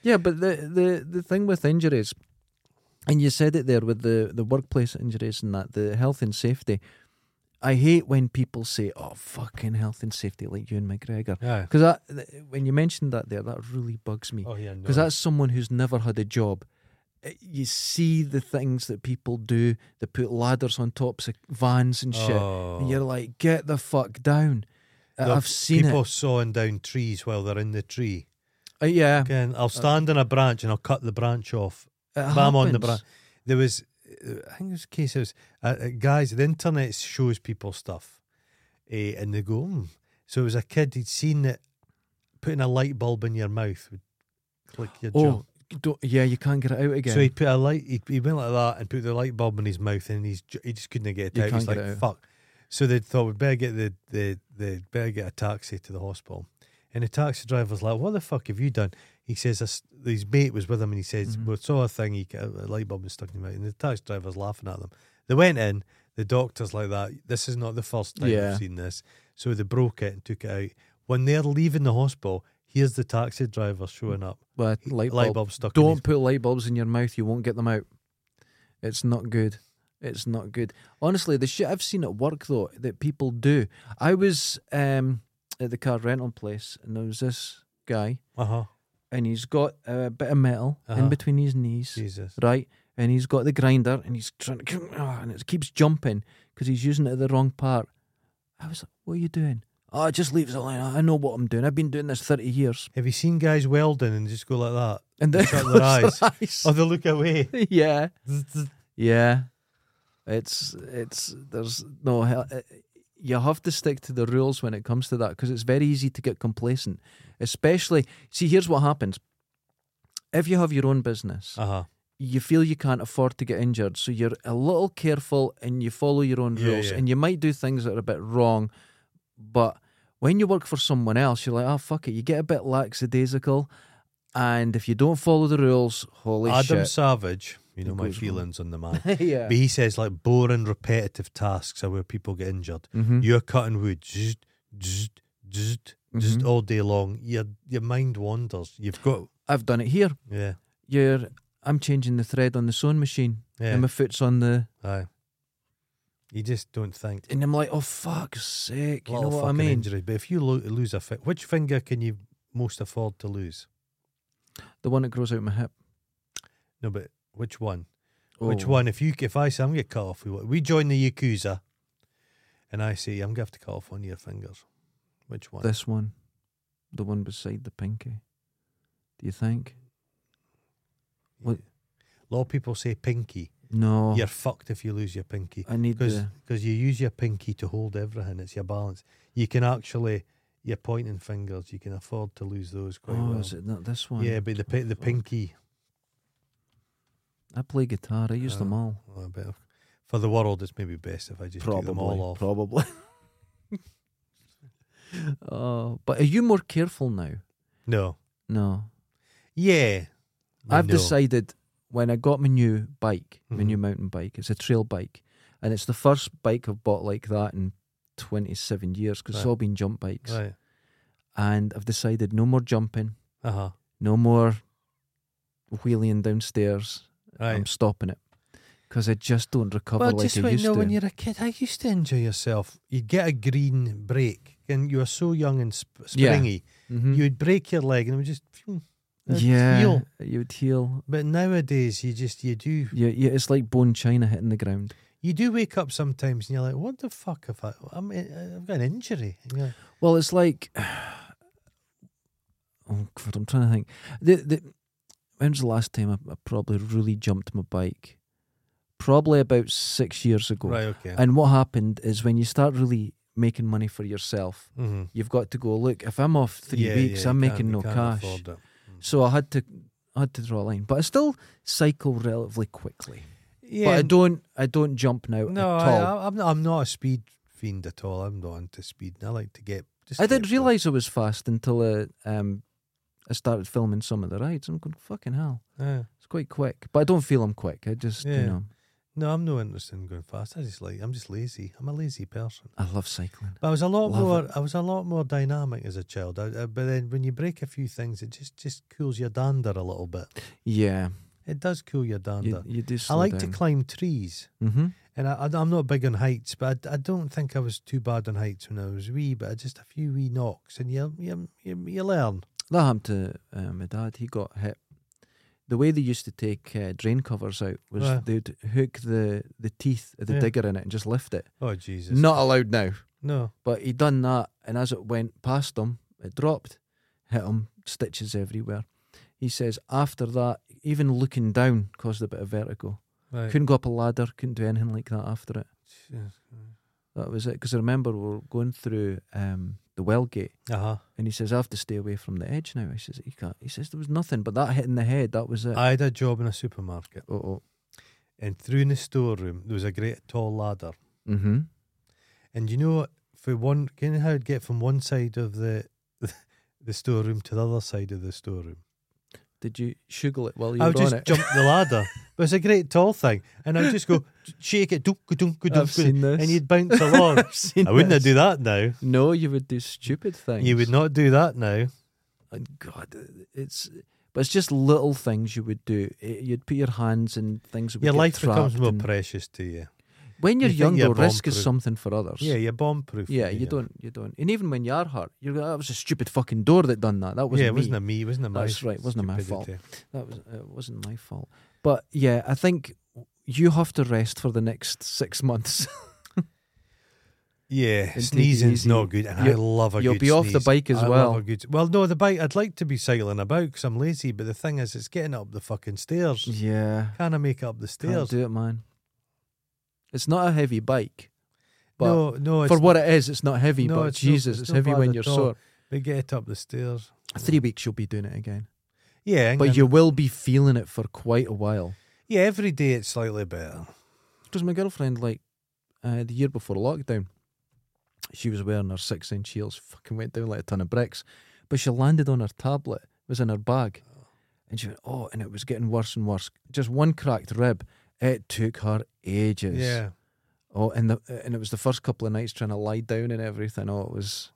Yeah, but the the the thing with injuries, and you said it there with the the workplace injuries and that the health and safety. I hate when people say, "Oh, fucking health and safety," like you and McGregor, Aye. because that when you mentioned that there, that really bugs me Oh yeah, no. because that's someone who's never had a job. Uh, You see the things that people do. They put ladders on tops of vans Oh, and shit, and you're like, "Get the fuck down!" Uh, The I've seen people it. sawing down trees while they're in the tree. Uh, yeah, Again, I'll stand in a branch and I'll cut the branch off. Uh, it If I'm on the branch. happens. There was, uh, I think it was cases. Uh, uh, guys, the internet shows people stuff, eh, and they go. Mm. So it was a kid he'd seen that putting a light bulb in your mouth would click your jaw. Oh, don't, yeah, you can't get it out again. So he put a light. He, he went like that and put the light bulb in his mouth, and he's ju- he just couldn't get it You out. can't He's get like it out. fuck. So they thought we would better get the the the better get a taxi to the hospital. And the taxi driver's like, "What the fuck have you done?" He says, "This- "His mate was with him, and he says Mm-hmm. we saw a thing. He got a light bulb was stuck in his mouth." And the taxi driver's laughing at them. They went in. The doctor's like that. This is not the first time Yeah. I've seen this. So they broke it and took it out. When they're leaving the hospital, here's the taxi driver showing up. But He- light, light bulb. bulb stuck. in his Don't put light bulbs in your mouth. You won't get them out. It's not good. It's not good. Honestly, the shit I've seen at work though that people do. I was um, at the car rental place, and there was this guy. Uh huh. and he's got a bit of metal Uh-huh. in between his knees, Jesus. right? And he's got the grinder, and he's trying to, ah, and it keeps jumping because he's using it at the wrong part. I was like, "What are you doing?" Oh, it just leaves it alone. I know what I'm doing. I've been doing this thirty years. Have you seen guys welding and just go like that? And then Shut their close eyes. Oh. eyes. Or they look away. Uh-huh. yeah, yeah. It's it's there's no hell. You have to stick to the rules when it comes to that because it's very easy to get complacent, especially. See, here's what happens. If you have your own business, Uh huh. you feel you can't afford to get injured, so you're a little careful and you follow your own Yeah, rules, yeah. and you might do things that are a bit wrong, but when you work for someone else, you're like, oh fuck it, you get a bit lackadaisical, and if you don't follow the rules, holy Adam Savage, you know It my goes wrong. feelings on the man. shit, yeah, But he says like boring, repetitive tasks are where people get injured. Mhm. You're cutting wood, zzzt, zzzt, zzzt, zzzt, Mm-hmm. "Oh, all day long. Your your mind wanders. You've got I've done it here. yeah, You're, I'm changing the thread on the sewing machine, yeah. and my foot's on the, aye. You just don't think. and I'm like, oh fuck's sake, A you lot know of what I fucking mean? injuries. But if you lo- lose a fi- which finger can you most afford to lose? The one that grows out my hip. No, but which one? Which Oh. one? If you, if I say I'm gonna cut off, we we join the yakuza, and I say I'm gonna have to cut off one of your fingers. Which one? This one, the one beside the pinky. Do you think? what- A lot of people say pinky. No. You're fucked if you lose your pinky I need because the. you use your pinky to hold everything. It's your balance. You can actually your pointing fingers. You can afford to lose those quite Oh, well. is it not this one? Yeah, but the pi- the Fuck. pinky. I play guitar. I use them Uh, all. oh, I better- for the world, it's maybe best if I just take them all off. Probably. Oh, but are you more careful now? no. No. Yeah. I've No. decided when I got my new bike, my Mhm. new mountain bike, it's a trail bike, and it's the first bike I've bought like that in 27 years because it's Right. all been jump bikes. Right. And I've decided no more jumping, Uh huh. no more wheeling downstairs. Right. I'm stopping it because I just don't recover Well, like just I when, used no, to. when you're a kid, I used to enjoy yourself. You'd get a green break, and you were so young and sp- Yeah. springy. Mhm. You'd break your leg, and it would just phew, it'd yeah, heal. you would heal. But nowadays, you just you do Yeah, yeah, it's like bone china hitting the ground. you do wake up sometimes, and you're like, "What the fuck have I? I'm, eh, I've got an injury." And you're like, Well, it's like, oh God, I'm trying to think. The the when was the last time I, I probably really jumped my bike? Probably about six years ago. right, okay. And what happened is when you start really making money for yourself, mm-hmm. you've got to go look. If I'm off three weeks, I'm making no cash. So I had to. I had to draw a line, but I still cycle relatively quickly. Yeah, but I and- don't. I don't jump now No, at all. I, I'm not. I'm not a speed fiend at all. I'm not into speed. I like to get. Just I get didn't through. realise I was fast until uh, um, I started filming some of the rides. I'm going, fucking hell. Yeah. It's quite quick. But I don't feel I'm quick. I just, Yeah. you know. No, I'm no interested in going fast. I just like I'm just lazy. I'm a lazy person. I love cycling. But I was a lot Love more. I was a lot more dynamic as a child. I, I, but then when you break a few things, it just just cools your dander a little bit. Yeah, It does cool your you, dander. you do. uh, I Slow like to down. climb trees, hmm and I, I, am not big on heights, but I, I don't think I was too bad on heights when I was wee. But just a few wee knocks, and you you you, you learn. That happened to uh, my dad. He got hit. The way they used to take uh, drain covers out was Right. they'd hook the, the teeth of the Yeah. digger in it and just lift it. Oh Jesus! Not allowed now. no. But he done that, and as it went past him, it dropped, hit him, stitches everywhere. He says after that, even looking down caused a bit of vertigo. Right. Couldn't go up a ladder, couldn't do anything like that after it. Uh That was it. Because I remember we were going through um, the well gate, huh. and he says, I have to stay away from the edge now. He says, you can't. He says, there was nothing, but that hit in the head, that was it. I had a job in a supermarket, oh, oh. and through in the storeroom there was a great tall ladder. Mm-hmm. And you know, for one, can you know how it get from one side of the the storeroom to the other side of the storeroom? Did you sugar it while you I were would just on it? jump the ladder, but it's a great tall thing, and I would just go shake it, dunk, dunk, I've seen this. and you'd bounce along. I've seen I wouldn't this. do that now. No, you would do stupid things. You would not do that now. And God, it's but it's just little things you would do. It- You'd put your hands in things. That would Your get life becomes trapped more and- precious to you. when you're you young, think you're though, risk is bomb-proof. something for others. Yeah, you're bomb proof. Yeah, you don't, you don't, and even when you are hurt, you're like, that was a stupid fucking door that done that. That wasn't yeah, it me. wasn't a me. It wasn't a my. That's right, it wasn't my fault. stupidity. That was it wasn't my fault. But yeah, I think you have to rest for the next six months. Yeah, take it sneezing's easy. not good, and I You- love a you'll good be off the sneeze. bike as I love well. a good- well, no, the bike. I'd like to be cycling about because I'm lazy, but the thing is, it's getting up the fucking stairs. yeah, Can I make it up the can't stairs? do it, man. It's not a heavy bike, but no, no. It's, for what it is, it's not heavy. No, but it's no- Jesus, it's it's no heavy bad when at you're all. sore. But get it up the stairs. Three weeks you'll be doing it again. Yeah, and- But you will be feeling it for quite a while. yeah. Every day it's slightly better. Because my girlfriend, like uh, the year before lockdown, she was wearing her six inch heels, fucking went down like a ton of bricks. But she landed on her tablet, it was in her bag. And she went, oh, and it was getting worse and worse. Just one cracked rib. It took her ages. Yeah, Oh, and the and it was the first couple of nights trying to lie down and everything. Oh, it was,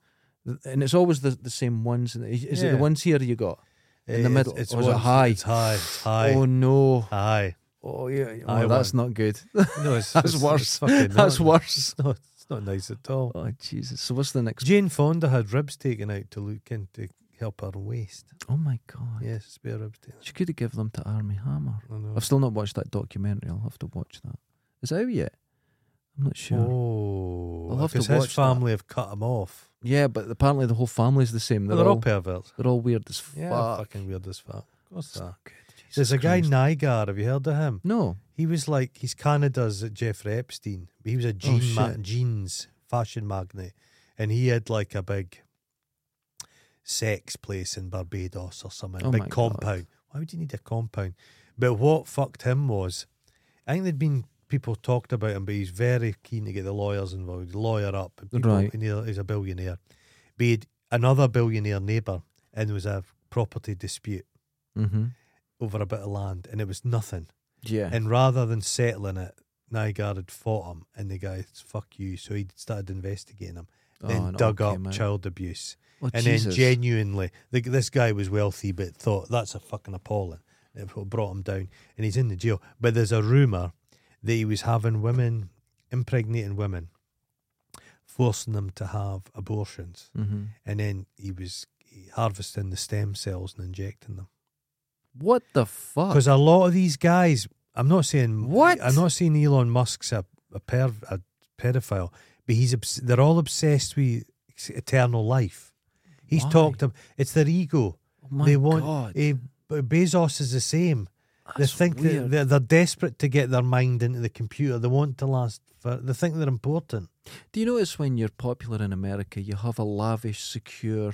and it's always the, the same ones. Is it the Yeah. ones here you got? In the It's- middle, It's, or is it one- high? It's high. It's high. Oh no! High. Oh yeah, oh, I that's not good. No, it's, That's it's- worse. It's fucking That's not- worse. No, it's not nice at all. Oh Jesus! So what's the next? Jane Fonda had ribs taken out to look in to help her waist. Oh my God! Yes, spare ribs taken. She could have given them to Army Hammer. I know. I've still not watched that documentary. I'll have to watch that. Is it out yet? I'm not sure. Oh, I'll have to because watch his family have cut him off. Yeah, but apparently the whole family's the same. They're, They're, all, all perverts. they're all weird as Yeah, fuck. fucking weird as fuck. Of course It's they are. not good. Jesus There's a guy Christ. Nygaard. Have you heard of him? No. He was like he's Canada's Jeffrey Epstein. He was a jean ma- Oh, shit. jeans fashion magnate, and he had like a big sex place in Barbados or something. Oh my big God. compound. Why would you need a compound? But what fucked him was, I think there'd been people talked about him, but he's very keen to get the lawyers involved, lawyer up. and People, Right. and he- he's a billionaire. But he had another billionaire neighbour, and there was a property dispute Mm-hmm. over a bit of land, and it was nothing. Yeah. And rather than settling it, Nygaard had fought him, and the guy, fuck you. So he started investigating him, Oh, then and it all dug up came out. child abuse. Oh, and Jesus. then genuinely, the, this guy was wealthy, but thought that's a fucking appalling. It what brought him down, and he's in the jail. But there's a rumor that he was having women, impregnating women, forcing them to have abortions, Mhm. and then he was harvesting the stem cells and injecting them. What the fuck? Because a lot of these guys, I'm not saying What? I'm not saying Elon Musk's a a, perv, a pedophile, but he's obs- they're all obsessed with eternal life. He's Why? talked them. It's their ego. Oh my they want. God. eh, Be- Bezos is the same. They That's think that weird. they're, they're desperate to get their mind into the computer. They want to last. For, they think they're important. Do you notice when you're popular in America, you have a lavish, secure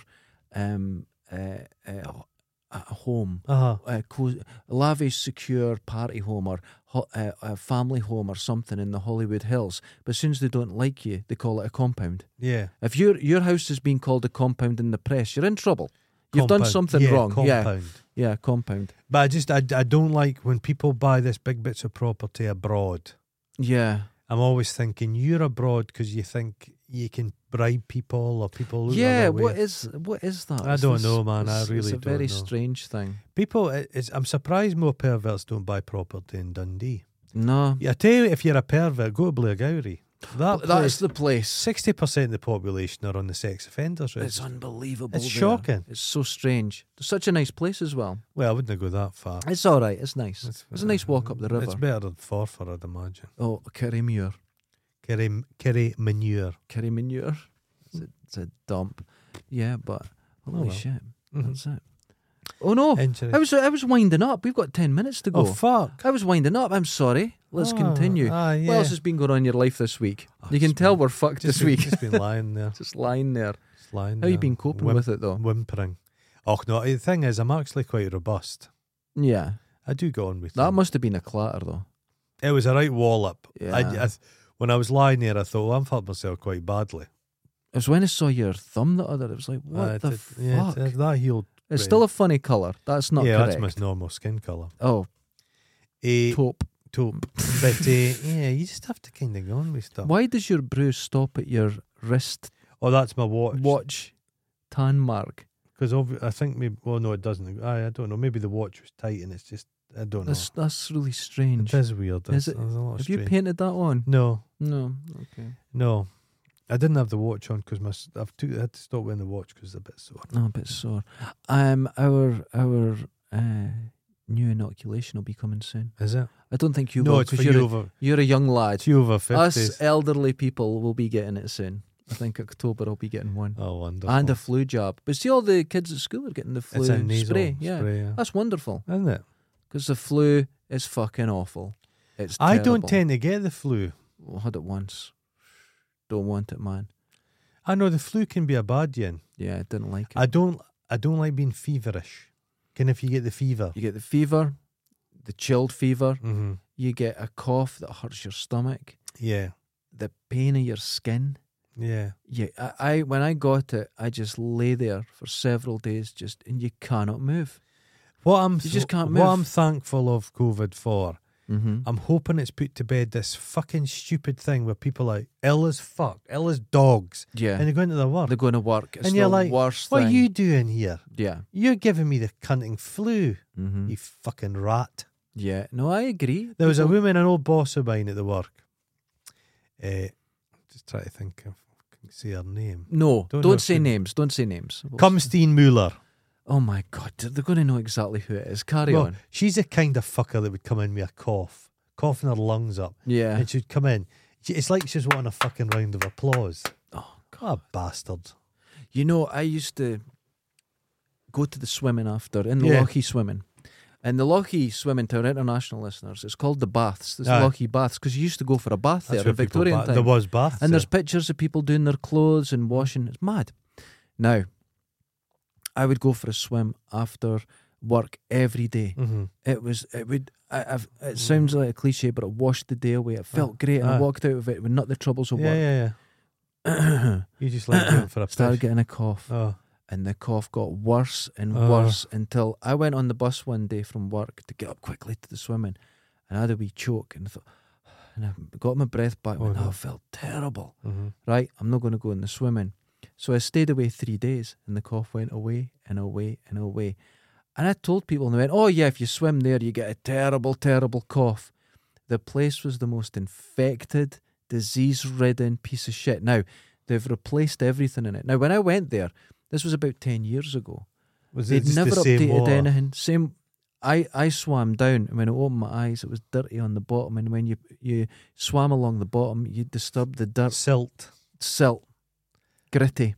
um, uh, uh, ho- uh, home, Uh huh. a co- lavish, secure party home or ho- uh, a family home or something in the Hollywood Hills? But as soon as they don't like you, they call it a compound. Yeah. If your your house is being called a compound in the press, you're in trouble. You've done Compound. something Yeah, wrong. Yeah, Compound. yeah, compound. But I just I, I don't like when people buy this big bits of property abroad. Yeah. I'm always thinking you're abroad because you think you can bribe people or people. Look yeah. other way. What is what is that? I It's don't this- know, man. I it's- really it's a don't very know. strange thing. people? it- It's, I'm surprised more perverts don't buy property in Dundee. No, Yeah, I tell you, if you're a pervert, go to Blairgowrie. That that's place, the place. sixty percent of the population are on the sex offenders It's register. unbelievable. It's there. shocking. It's so strange. It's such a nice place as well. Well, I wouldn't go that far. It's all right. It's nice. It's, a nice walk up the river. It's better than Forfar, I'd imagine. oh, Kerrymuir. Kerry, Kerry manure. Kerrymuir. It's a, it's a dump. Yeah, but holy well. shit, Mhm. that's it. Mm-hmm. Oh no, Injury. I was I was winding up. We've got ten minutes to go. Oh fuck! I was winding up. I'm sorry. Let's Ah, continue. Ah, yeah. What else has been going on in your life this week? Oh, you can just tell been- we're fucked this just been, week. just been lying there. Just lying there. Just lying How you been coping with it though? Whimpering. Oh no! The thing is, I'm actually quite robust. Yeah, I do go on with that things. must have been a clatter though. It was a right wall up. I, Yeah. I, when I was lying there, I thought well, I'm fucked myself quite badly. It was when I saw your thumb the other. It was like, what I the did- fuck? yeah, Uh, it- that healed. it's pretty- still a funny color. That's not yeah, correct. that's my normal skin colour. Oh, Eh, taupe. taupe. but uh, yeah, you just have to kind of go on with stuff. Why does your bruise stop at your wrist Oh, that's my watch. watch tan mark? Because I think maybe. Well, no, it doesn't. I, I don't know. Maybe the watch was tight, and it's just I don't know. That's that's really It strange. is weird. Oh, Is That's, it- that's a lot of Have you strain. painted that on? No, No. Okay. no. I didn't have the watch on because my s- I've took, I had to stop wearing the watch because it's a bit sore. No, a bit sore. Um, our our uh, new inoculation will be coming soon. Is it? I don't think you no, will it's for because you you're a, over. you're a young lad. It's you over Us fifties. elderly people will be getting it soon. I think October I'll be getting one Oh, wonderful. and a flu jab. But see, all the kids at school are getting the flu it's a nasal spray. Yeah, yeah. that's wonderful isn't it? because the flu is fucking awful. It's I don't terrible. tend to get the flu. Well, had it once. Don't want it, man. I know the flu can be a bad yin. Yeah, I didn't like it. I don't. I don't like being feverish. Can if you get the fever. you get the fever, the chilled fever. Mm-hmm. You get a cough that hurts your stomach. Yeah, The pain of your skin. yeah. Yeah, I, I when I got it, I just lay there for several days, just and you cannot move. What I'm You just can't What move. I'm thankful of COVID for. Mm-hmm. I'm hoping it's put to bed this fucking stupid thing where people are ill as fuck, ill as dogs, Yeah, and they go into their work. they're going to work. It's and you're the like, worst what thing. are you doing here? Yeah. You're giving me the cunting flu, Mm-hmm. you fucking rat. Yeah. No, I agree. There was a woman, an old boss of mine at the work. Uh, just try to think if I can say her name. No, Don't don't, know if say you- names. Don't say names. We'll- Kumsteen Muller. Oh my God, they're going to know exactly who it is. Carry Well, on. she's the kind of fucker that would come in with a cough, coughing her lungs up, Yeah. and she'd come in. She- It's like she's wanting a fucking round of applause. Oh, God, bastard. You know, I used to go to the swimming after in the Yeah. Lochie swimming. And the Lochie swimming to our international listeners, it's called the baths. There's Aye. Lochie baths because you used to go for a bath there where in people Victorian ba- time. There was baths. and there. there's pictures of people doing their clothes and washing. It's mad. Now, I would go for a swim after work every day. Mhm. It was it would I, I've, it sounds like a cliche, but it washed the day away. It felt great, and I Mm. aye. walked out of it with not the troubles of Yeah, work. yeah, yeah. You just like going for a Started piss. getting a cough, Oh, and the cough got worse and Ah. worse until I went on the bus one day from work to get up quickly to the swimming, and I had a wee choke, and I thought, and I got my breath back, Oh, and no. I felt terrible. mhm. right, I'm not going to go in the swimming. So I stayed away three days and the cough went away and away and away. And I told people, and they went, oh, yeah, if you swim there, you get a terrible, terrible cough. The place was the most infected, disease ridden piece of shit. Now, they've replaced everything in it. Now, when I went there, this was about 10 years ago. Was it They'd just never the same updated water? anything. Same. I, I swam down, and when I opened my eyes, it was dirty on the bottom. And when you you swam along the bottom, you disturbed the dirt Silt. silt, gritty.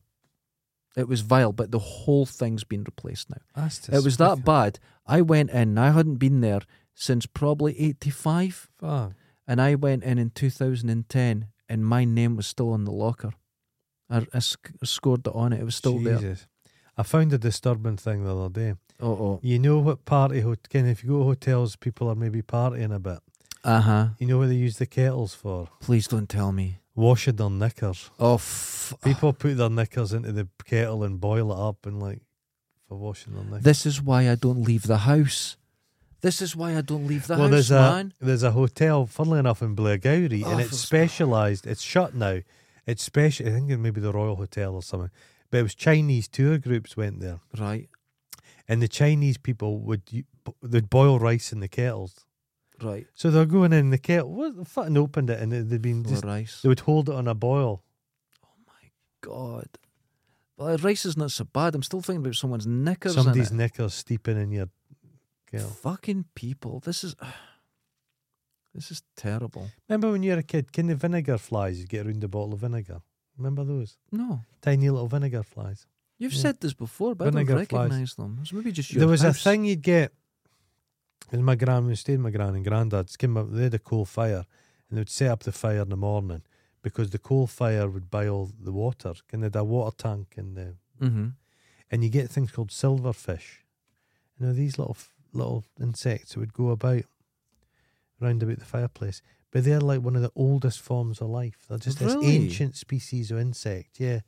It was vile, but the whole thing's been replaced now. That's it was that bad. I went in, I hadn't been there since probably 85, Fuck. and I went in in 2010, and my name was still on the locker. I, I sc- I scored it on it, it was still there. Jesus. I found a disturbing thing the other day. Oh, oh. You know what party hot- Ken, If you go to hotels, people are maybe partying a bit. Uh huh. You know what they use the kettles for? Please don't tell me. Washing their knickers. Oh, f- People put their knickers into the kettle and boil it up and like for washing their knickers. this is why I don't leave the house. This is why I don't leave the well, house, there's a man. there's a hotel, funnily enough, in Blairgowrie, Oh, and I it's feel- specialised. It's shut now. It's special. I think it may be the Royal Hotel or something. But it was Chinese tour groups went there, Right, and the Chinese people would u- they'd boil rice in the kettles. right. So they're going in the kettle. What the fuck? And opened it, and it- they'd been Well, just rice. they would hold it on a boil. God. Well, rice is not so bad. I'm still thinking about someone's knickers Somebody's in knickers steeping in your it. kettle. Fucking people. This is. This is terrible. Remember when you were a kid? Can the vinegar flies? You get around the bottle of vinegar. Remember those No. tiny little vinegar flies? You've Yeah. said this before, but I Vinegar don't flies. recognise them. It's maybe just your there was house. a thing you'd get. And my gran, we stayed with my gran and granddad's came up. They had a coal fire, and they would set up the fire in the morning because the coal fire would buy all the water. And they had a water tank in the Mhm. and you get things called silverfish. You know these little f- little insects that would go about round about the fireplace, but they're like one of the oldest forms of life. They're just Really? this ancient species of insect. Yeah,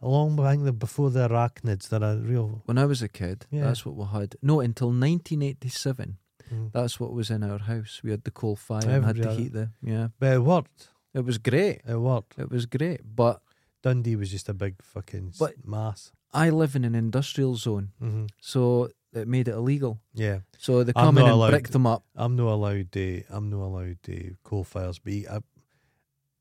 along I think they're before the arachnids, they're a real. When I was a kid, Yeah. that's what we had. No, until 1987, Mm. that's what was in our house. We had the coal fire I've and had to had it. heat the. Yeah. But it worked. It was great. It worked. It was great. But Dundee was just a big fucking s- But- mass. I live in an industrial zone, Mm-hmm. so it made it illegal. Yeah, So they I'm come in not and allowed brick to- them up. I'm not allowed. Uh, I'm not allowed uh, coal fires. But I,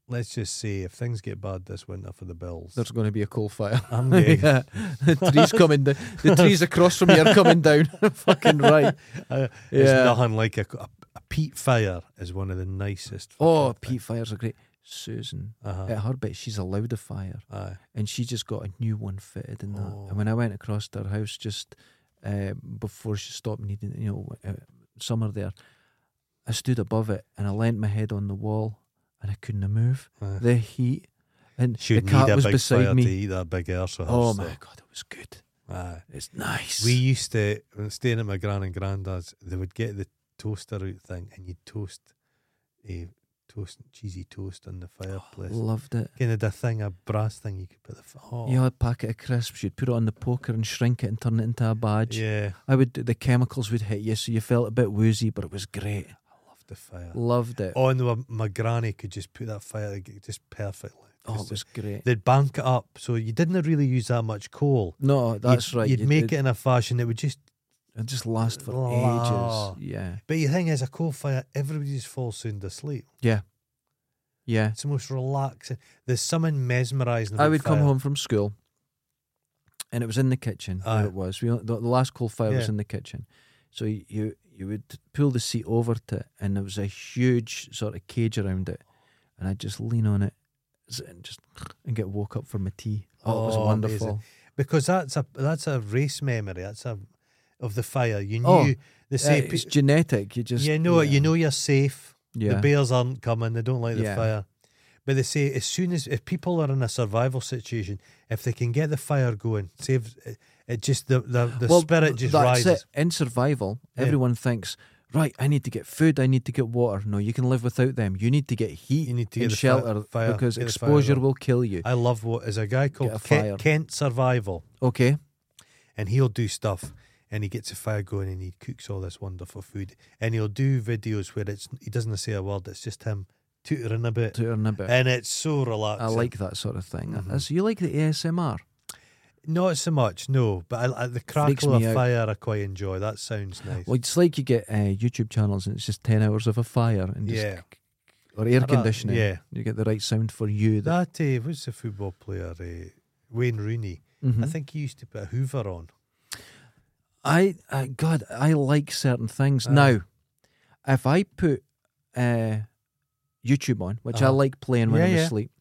let's just say if things get bad this winter for the Bills, There's going to be a coal fire. I'm getting yeah. The trees coming down. The trees across from you are coming down. Fucking right. Uh, It's Yeah. nothing like a, a, a peat fire is one of the nicest. Oh, peat fires are great. Susan, Uh-huh. at her bit, she's allowed a fire, Aye. and she just got a new one fitted in that. Oh. And when I went across to her house just uh, before she stopped needing, you know, uh, summer there, I stood above it and I leant my head on the wall, and I couldn't move. Aye. The heat, and She would the need cat a was big fire beside to me. eat that big air so Oh hers, my though. god, it was good. Aye. It's nice. We used to, when staying at my gran and granddad's, they would get the toaster out thing and you'd toast a toast, cheesy toast on the fireplace. loved it. Kind of a thing, a brass thing you could put the. f- Oh, You had a packet of crisps. You'd put it on the poker and shrink it and turn it into a badge. yeah. I would. The chemicals would hit you, so you felt a bit woozy, but it was great. Loved the fire. Loved it. Oh, and they were- my granny could just put that fire like, just perfectly. Oh, Just it was great. they'd bank it up. So you didn't really use that much coal. No, that's you'd, right. You'd you make did. it in a fashion that would just. It just last for Wow. ages. Yeah, But the thing is, a coal fire, everybody just falls soon to sleep. yeah. It's the most relaxing. There's something mesmerising. I about would come fire. home from school, and it was in the kitchen. where Aye. it was. We, the, the last coal fire was Yeah. in the kitchen, so y- you you would pull the seat over to it, and there was a huge sort of cage around it, and I'd just lean on it, s- and just and get woke up for my tea. Oh, it was Oh, amazing. wonderful. because that's a that's a race memory. That's a of the fire. You knew Oh, they Yeah, say. it's pe- genetic. You just you know it. You know you're safe. Yeah. The bears aren't coming. They don't like the Yeah. fire. But they say as soon as if people are in a survival situation, if they can get the fire going, save it. it just the the, the Well, spirit just that's rises. It. In survival, Yeah. everyone thinks, right, I need to get food, I need to get water. No, you can live without them. You need to get heat You need to get and the fi- shelter fire- because get the fire exposure going. will kill you. I love what is a guy Get a called fire. Kent, Kent Survival, Okay. and he'll do stuff, and he gets a fire going, and he cooks all this wonderful food, and he'll do videos where it's he doesn't say a word, it's just him tutoring a bit, To earn a bit. and it's so relaxing. I like that sort of thing. Mhm. That's- you like the ASMR? not so much, no, but I, I, the crackle of me out. fire I quite enjoy. That sounds nice. Well, it's like you get uh, YouTube channels and it's just 10 hours of a fire and just, yeah, or air That- conditioning. Yeah, You get the right sound for you. That, that uh, was the football player uh, Wayne Rooney. I Mhm. think he used to put a Hoover on. I, I God, I like certain things. Uh-huh. now, if I put uh, YouTube on, which I Uh-huh. like playing when Yeah, I'm yeah. asleep,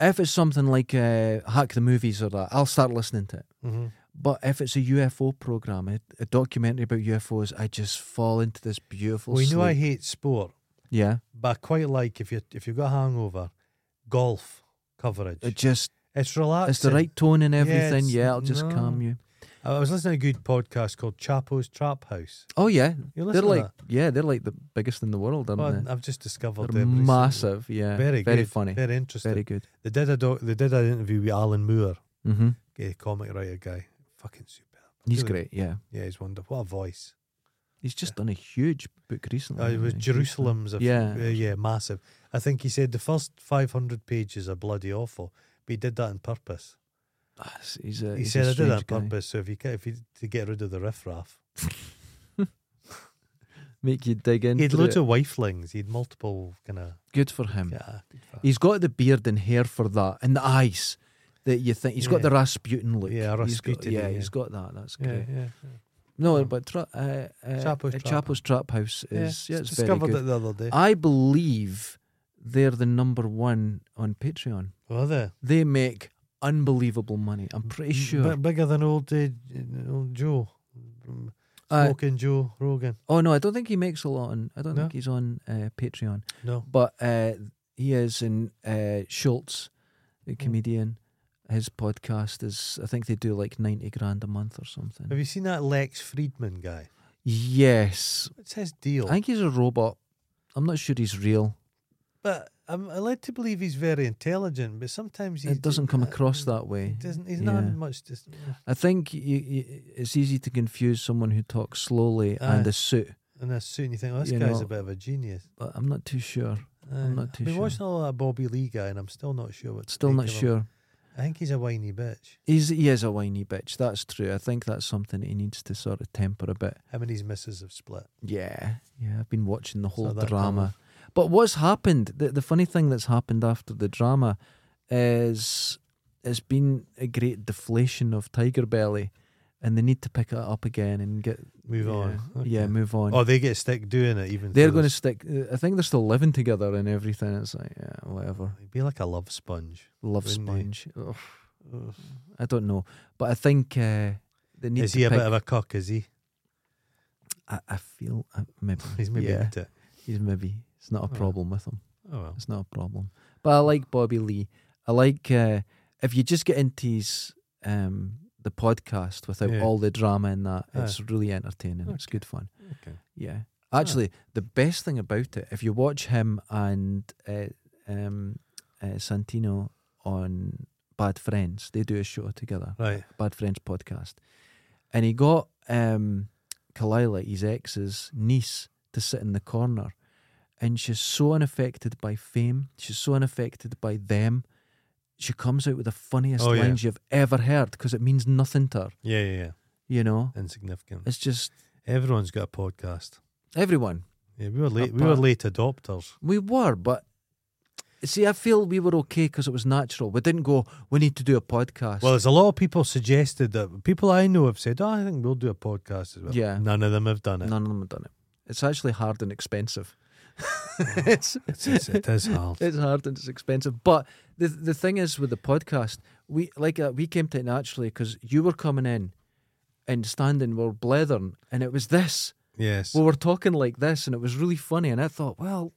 if it's something like uh, Hack the Movies or that, I'll start listening to it. Mm-hmm. But if it's a UFO program, a, a documentary about UFOs, I just fall into this beautiful. Well, you know I sleep. hate sport. yeah, but I quite like if you if you've got a hangover, golf coverage. it just it's relaxing. it's the right tone and everything. it's- Yeah, it'll just no. calm you. I was listening to a good podcast called Chapo's Trap House. Oh yeah, You they're listen like to yeah, they're like the biggest in the world, that? aren't Well, they? I've just discovered They're them recently. massive. Yeah, Very very good, funny, Very interesting. very good. They did a doc, they did an interview with Alan Moore, Mm-hmm. a comic writer guy. Fucking superb. He's Really? great. Yeah. Yeah, he's wonderful. What a voice. He's just done a huge book recently. Uh, it was hasn't he? Jerusalem's, a f- Yeah. uh, yeah, massive. I think he said the first 500 pages are bloody awful, but he did that on purpose. Ah, s- He's a, he he's said a I did that on strange guy. purpose. So if you get, if you to get rid of the riffraff, Make you dig in. he had for loads it. Hmm. of wifelings. He had multiple kind of. Good for him. Yeah, good for- He's got the beard and hair for that, and the eyes that you think he's got Yeah. the Rasputin look. Yeah, He's got- Rasputin, yeah, yeah. he's got that. That's yeah, great. yeah, yeah. No, Yeah. but tra- uh, uh, Chapo's uh, Trap. Chapo's Trap House Yeah, is yeah, it's very discovered good. it the other day. I believe they're the number one on Patreon. Were they? They make unbelievable money. I'm Mm, pretty sure. B- bigger than old, uh, old Joe, Mm, Uh, smoking Joe Rogan. oh no, I don't think he makes a lot on. I don't No? think he's on uh, Patreon, No, but uh, he is in uh, Schultz, the Hmm. comedian. His podcast is. I think they do like ninety grand a month or something. have you seen that Lex Friedman guy? Yes, What's his deal? I think he's a robot. I'm not sure he's real. But I'm I'm led to believe he's very intelligent, but sometimes he It doesn't come uh, across that He way. doesn't. He's not Yeah. much. Dis- I think you, you, it's easy to confuse someone who talks slowly and Aye. a suit, in a suit, and you think, oh, this You guy's know. a bit of a genius. but I'm not too sure. I'm Uh, not too I've been sure. watching all that Bobby Lee guy, and I'm still not sure what. to Still not make of him. sure. I think he's a whiny bitch. He's, he is a whiny bitch. That's true. I think that's something he needs to sort of temper a bit. Him and his missus have split. Yeah, yeah. I've been watching the whole Saw that drama. But what's happened? The, the funny thing that's happened after the drama is it's been a great deflation of Tiger Belly, and they need to pick it up again and get Move yeah, on. Yeah, Okay. move on. Oh, they get stick doing it even. They're though going to it's- stick. I think they're still living together and everything. It's like, yeah, whatever. It'd be like a love sponge. Love Wouldn't they? sponge. Ugh, I don't know, but I think uh, they need. Is to he a pick- bit of a cock? Is he? I, I feel uh, maybe He's maybe Yeah. into it. he's maybe it's not a Yeah. problem with him. Oh well. It's not a problem. But I like Bobby Lee. I like uh, if you just get into his um, the podcast without Yeah. all the drama and that. Aye. It's really entertaining. It's good fun. Okay. Yeah. Actually, the best thing about it, if you watch him and uh, um, uh, Santino on Bad Friends, they do a show together, Right. Bad Friends podcast, and he got um, Kalila, his ex's niece, to sit in the corner, and she's so unaffected by fame, she's so unaffected by them. She comes out with the funniest Oh, yeah. lines you've ever heard because it means nothing to her. Yeah, yeah, yeah. You know, Insignificant. it's just Everyone's got a podcast. everyone. Yeah, we were late. We were Apart- late adopters. We were, but see, I feel we were okay because it was natural. We didn't go, we need to do a podcast. Well, there's a lot of people suggested that people I know have said, "Oh, I think we'll do a podcast as well." Yeah. none of them have done it. none of them have done it. It's actually hard and expensive. it's, It's, it's, it is hard. it's hard and it's expensive. But the the thing is with the podcast, we like uh, we came to it naturally because you were coming in and standing were blethering, and it was this. yes. We Well, were talking like this, and it was really funny. And I thought, well,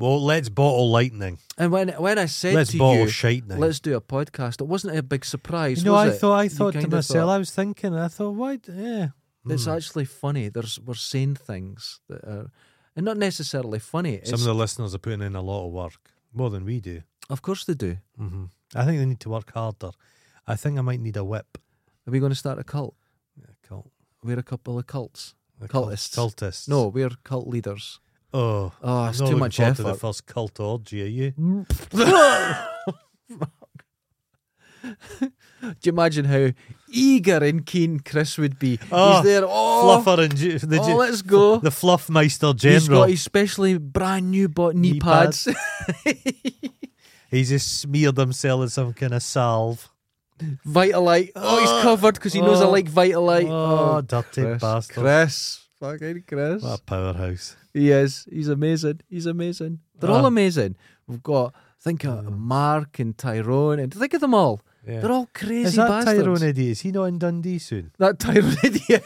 let's bottle lightning. and when when I said Let's to bottle you, shite now. let's do a podcast, it wasn't a big surprise. you know, was I it? thought. I You thought to kinda myself. I was thinking. I thought, why? d- Yeah. It's Hmm. actually funny. There's we're saying things that are, and not necessarily funny. Some It's, of the listeners are putting in a lot of work, more than we do. of course they do. hmm I think they need to work harder. I think I might need a whip. Are we going to start a cult? A cult. We're a couple of cults. A cult- Cultists. Cultists. No, we're cult leaders. Oh, Oh, it's I'm not too looking much forward To the effort. first cult orgy, are you? Do you imagine how eager and keen Chris would be? Oh, He's there. Oh, Fluffer and ju- the, oh, ju- let's go. the Fluffmeister He's General. got his specially brand new bought knee Knee pads. He's just smeared himself in some kind of salve. Vitalite. Oh, he's Oh, covered because he knows I oh, like Vitalite. oh, dirty Chris, bastard. Chris. Fucking Chris. What a powerhouse. He is. He's amazing. He's amazing. They're all Ah. amazing. We've got think of Mark and Tyrone and think of them all. Yeah. They're all crazy Is that bastards. Tyrone Eddie? Is he not in Dundee soon? that Tyrone idiot.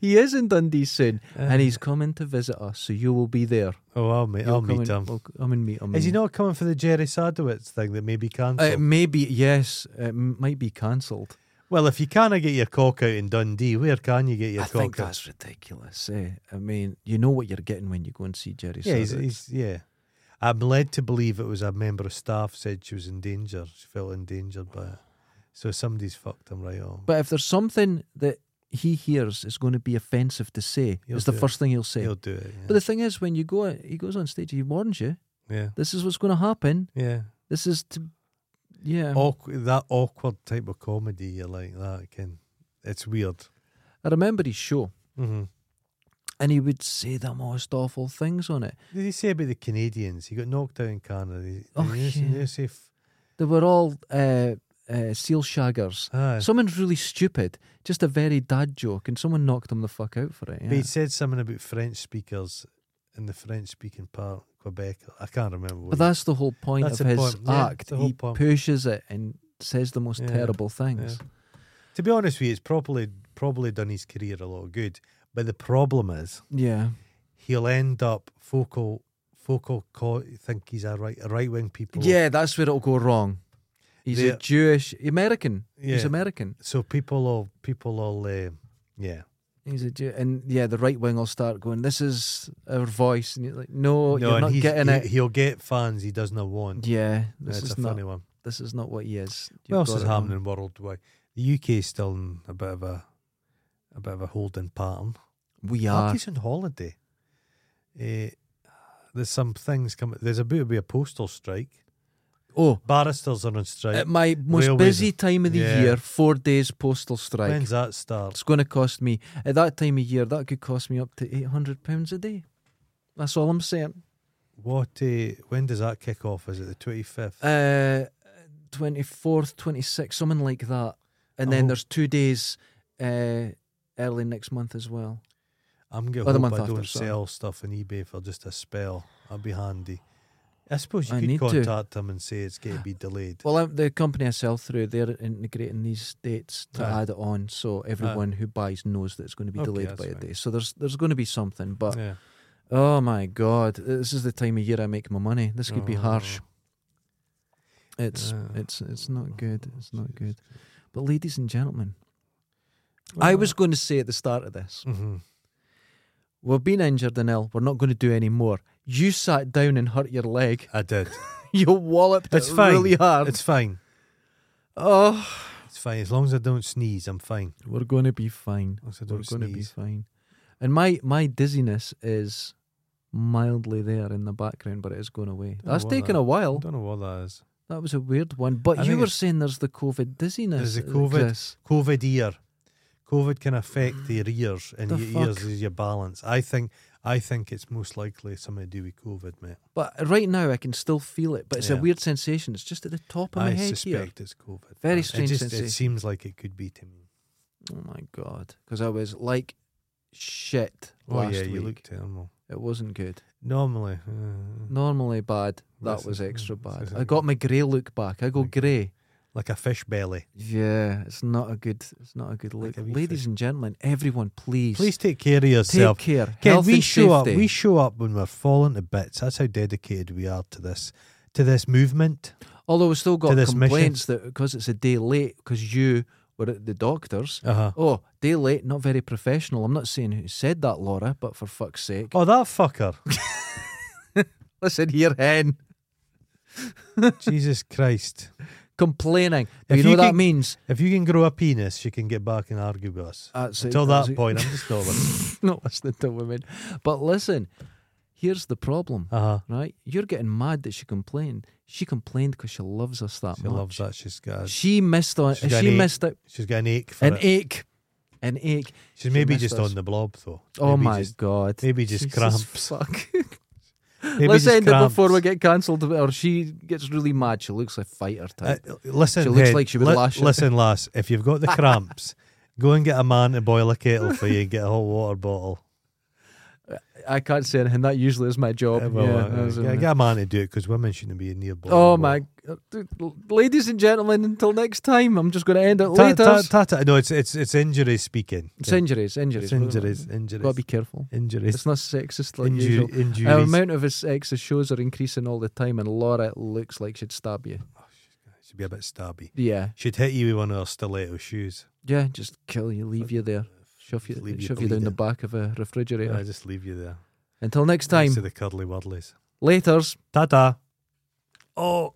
he is in Dundee soon, and he's coming to visit us. So you will be there. Oh, I'll meet, You'll Uh. I'll come and, meet him. we'll come and meet him. Is he not coming for the Jerry Sadowitz thing that may be Uh, cancelled? It may be yes. It m- might be cancelled. well, if you can't get your cock out in Dundee, where can you get your I cock think out? that's ridiculous. Eh? I mean, you know what you're getting when you go and see Jerry. Yeah, he's, Sargent. he's yeah. I'm led to believe it was a member of staff said she was in danger. She felt endangered by it. So somebody's fucked him right on. But if there's something that he hears is going to be offensive to say He'll is the do it. first thing he'll say. He'll do it. but Yeah. the thing is, when you go, he goes on stage, he warns you. yeah. This is what's going to happen. Yeah. This is to, yeah. Awk- that awkward type of comedy you like that can it's weird. I remember his show, Mm-hmm. and he would say the most awful things on it. Did he say about the Canadians? He got knocked out in Canada. Did he- Oh, did he say- yeah. did he say f- They were all uh, uh, seal shaggers. aye. Someone really stupid, just a very dad joke, and someone knocked him the fuck out for it. But he Yeah. said something about French speakers in the French speaking part of Quebec. I can't remember. What But that's the whole point That's of the his point, yeah, act. the whole he point. pushes it and says the most Yeah, terrible things. he- to be honest with you, it's probably probably done his career a lot of good. But the problem is Yeah. he'll end up focal focal co- think he's a right right wing people. Yeah, that's where it'll go wrong. He's The- a Jewish American. He's Yeah. American. So people all people all uh, yeah. He's a Jew, and yeah, the right wing will start going. This is our voice, and you're like, no, No, you're and not he's- getting he, it. He'll get fans he doesn't want. Yeah, this That's is a not. funny one. This is not what he is. You've What else got is it wrong. happening worldwide? The UK is still in a bit of a a bit of a holding pattern. We are. Party's on holiday. Eh, there's some things coming. There's about to be a postal strike. Oh, Barristers are on strike. at my most Railways- busy time of the Yeah. year, four days postal strike. When's that start? It's going to cost me at that time of year. That could cost me up to eight hundred pounds a day. That's all I'm saying. What? eh, when does that kick off? Is it the twenty fifth? Uh, 24th, 26th, something like that. And then Oh. there's two days uh, early next month as well. I'm gonna or the hope month I after, don't sorry. sell stuff on eBay for just a spell. That'd be handy. I suppose you I could need to. contact them and say it's going to be delayed. Well, um, the company I sell through, they're integrating these dates to Aye. add it on, so everyone who buys knows that it's going to be Ah. Okay, delayed that's by a fine. day. So there's there's going to be something, but yeah. oh my god, this is the time of year I make my money. This could be harsh. It's Oh. Yeah. it's it's not good. It's not good. But ladies and gentlemen, I was going to say at the start of this, hmm We've been injured and ill. We're not going to do any more. You sat down and hurt your leg. I did. You walloped It's it fine. really hard. It's fine. oh, It's fine. As long as I don't sneeze, I'm fine. we're going to be fine. As long as I We're don't going to be sneeze. fine. And my my dizziness is mildly there in the background, but it is going away. Oh, That's well, taken that- a I while. don't know what that is. That was a weird one. But I you think were it's- saying there's the COVID dizziness. There's the that COVID. exists. COVID ear. COVID can affect your ears, and The your ears fuck? is your balance. I think. I think it's most likely something to do with COVID, mate. But right now I can still feel it. But it's a Yeah. weird sensation. It's just at the top of my I head suspect here. it's COVID. Very man. strange It, just, sensation. it seems like it could be to me. Oh my god! Because I was like shit Oh last yeah, week. you look terrible. It wasn't good. Normally, uh, Normally bad. That This was is- extra this bad. isn't I got my grey look back. I go Okay. grey. like a fish belly. Yeah, it's not a good. It's not a good look. Like a wee Ladies fish. and gentlemen, everyone, please, Please take care of take yourself. care. Ken, Health we and show safety. up. We show up when we're falling to bits. That's how dedicated we are to this to this movement. Although we still got this mission. complaints that because it's a day late, because you were at the doctor's. Uh huh. Oh, day late, not very professional. I'm not saying who said that, Laura, but for fuck's sake, Oh, that fucker! listen here, hen, Jesus Christ! complaining. But If you know you what that can- means? If you can grow a penis, you can get back and argue with us. That's it, Until that's that it. point, I'm just over. not listening to women. But listen, here's the problem, Uh huh. right? You're getting mad that she complained. She complained because she loves us that She much. loves that. She's got. She missed on. She's She, got an ache missed out She's got an ache for an it. ache, an ache. She's maybe missed just us. on the blob though. Oh Maybe my just- god! maybe just Jesus cramps. Fuck. maybe Let's just end it before we cramps. get cancelled, or she gets really mad. She looks like fighter type. Uh, listen, She looks head, like she would li- lash it. Listen, lass, if you've got the cramps, go and get a man to boil a kettle for you and get a hot water bottle. I can't say anything. That usually is my job. Yeah, well, Yeah, uh, that's yeah, it. get a man to do it because women shouldn't be near boiling Oh water. my, dude, ladies and gentlemen. Until next time, I'm just going to end it Ta- later. ta- ta- ta- no, it's it's it's injuries speaking. It's injuries, injuries. It's injuries, injuries, Got to be careful. injuries, It's not sexist like injury, usual. Um, injuries. Our amount of his sexist shows are increasing all the time, and Laura looks like she'd stab you. Should be a bit stabby. Yeah, Should hit you with one of her stiletto shoes. yeah. Just kill you, leave you there, shove you, Just leave you shove you down the bleeding. back of a refrigerator. I just leave you there. Until next Next time, to the cuddly waddlies. later's. Ta ta. Oh.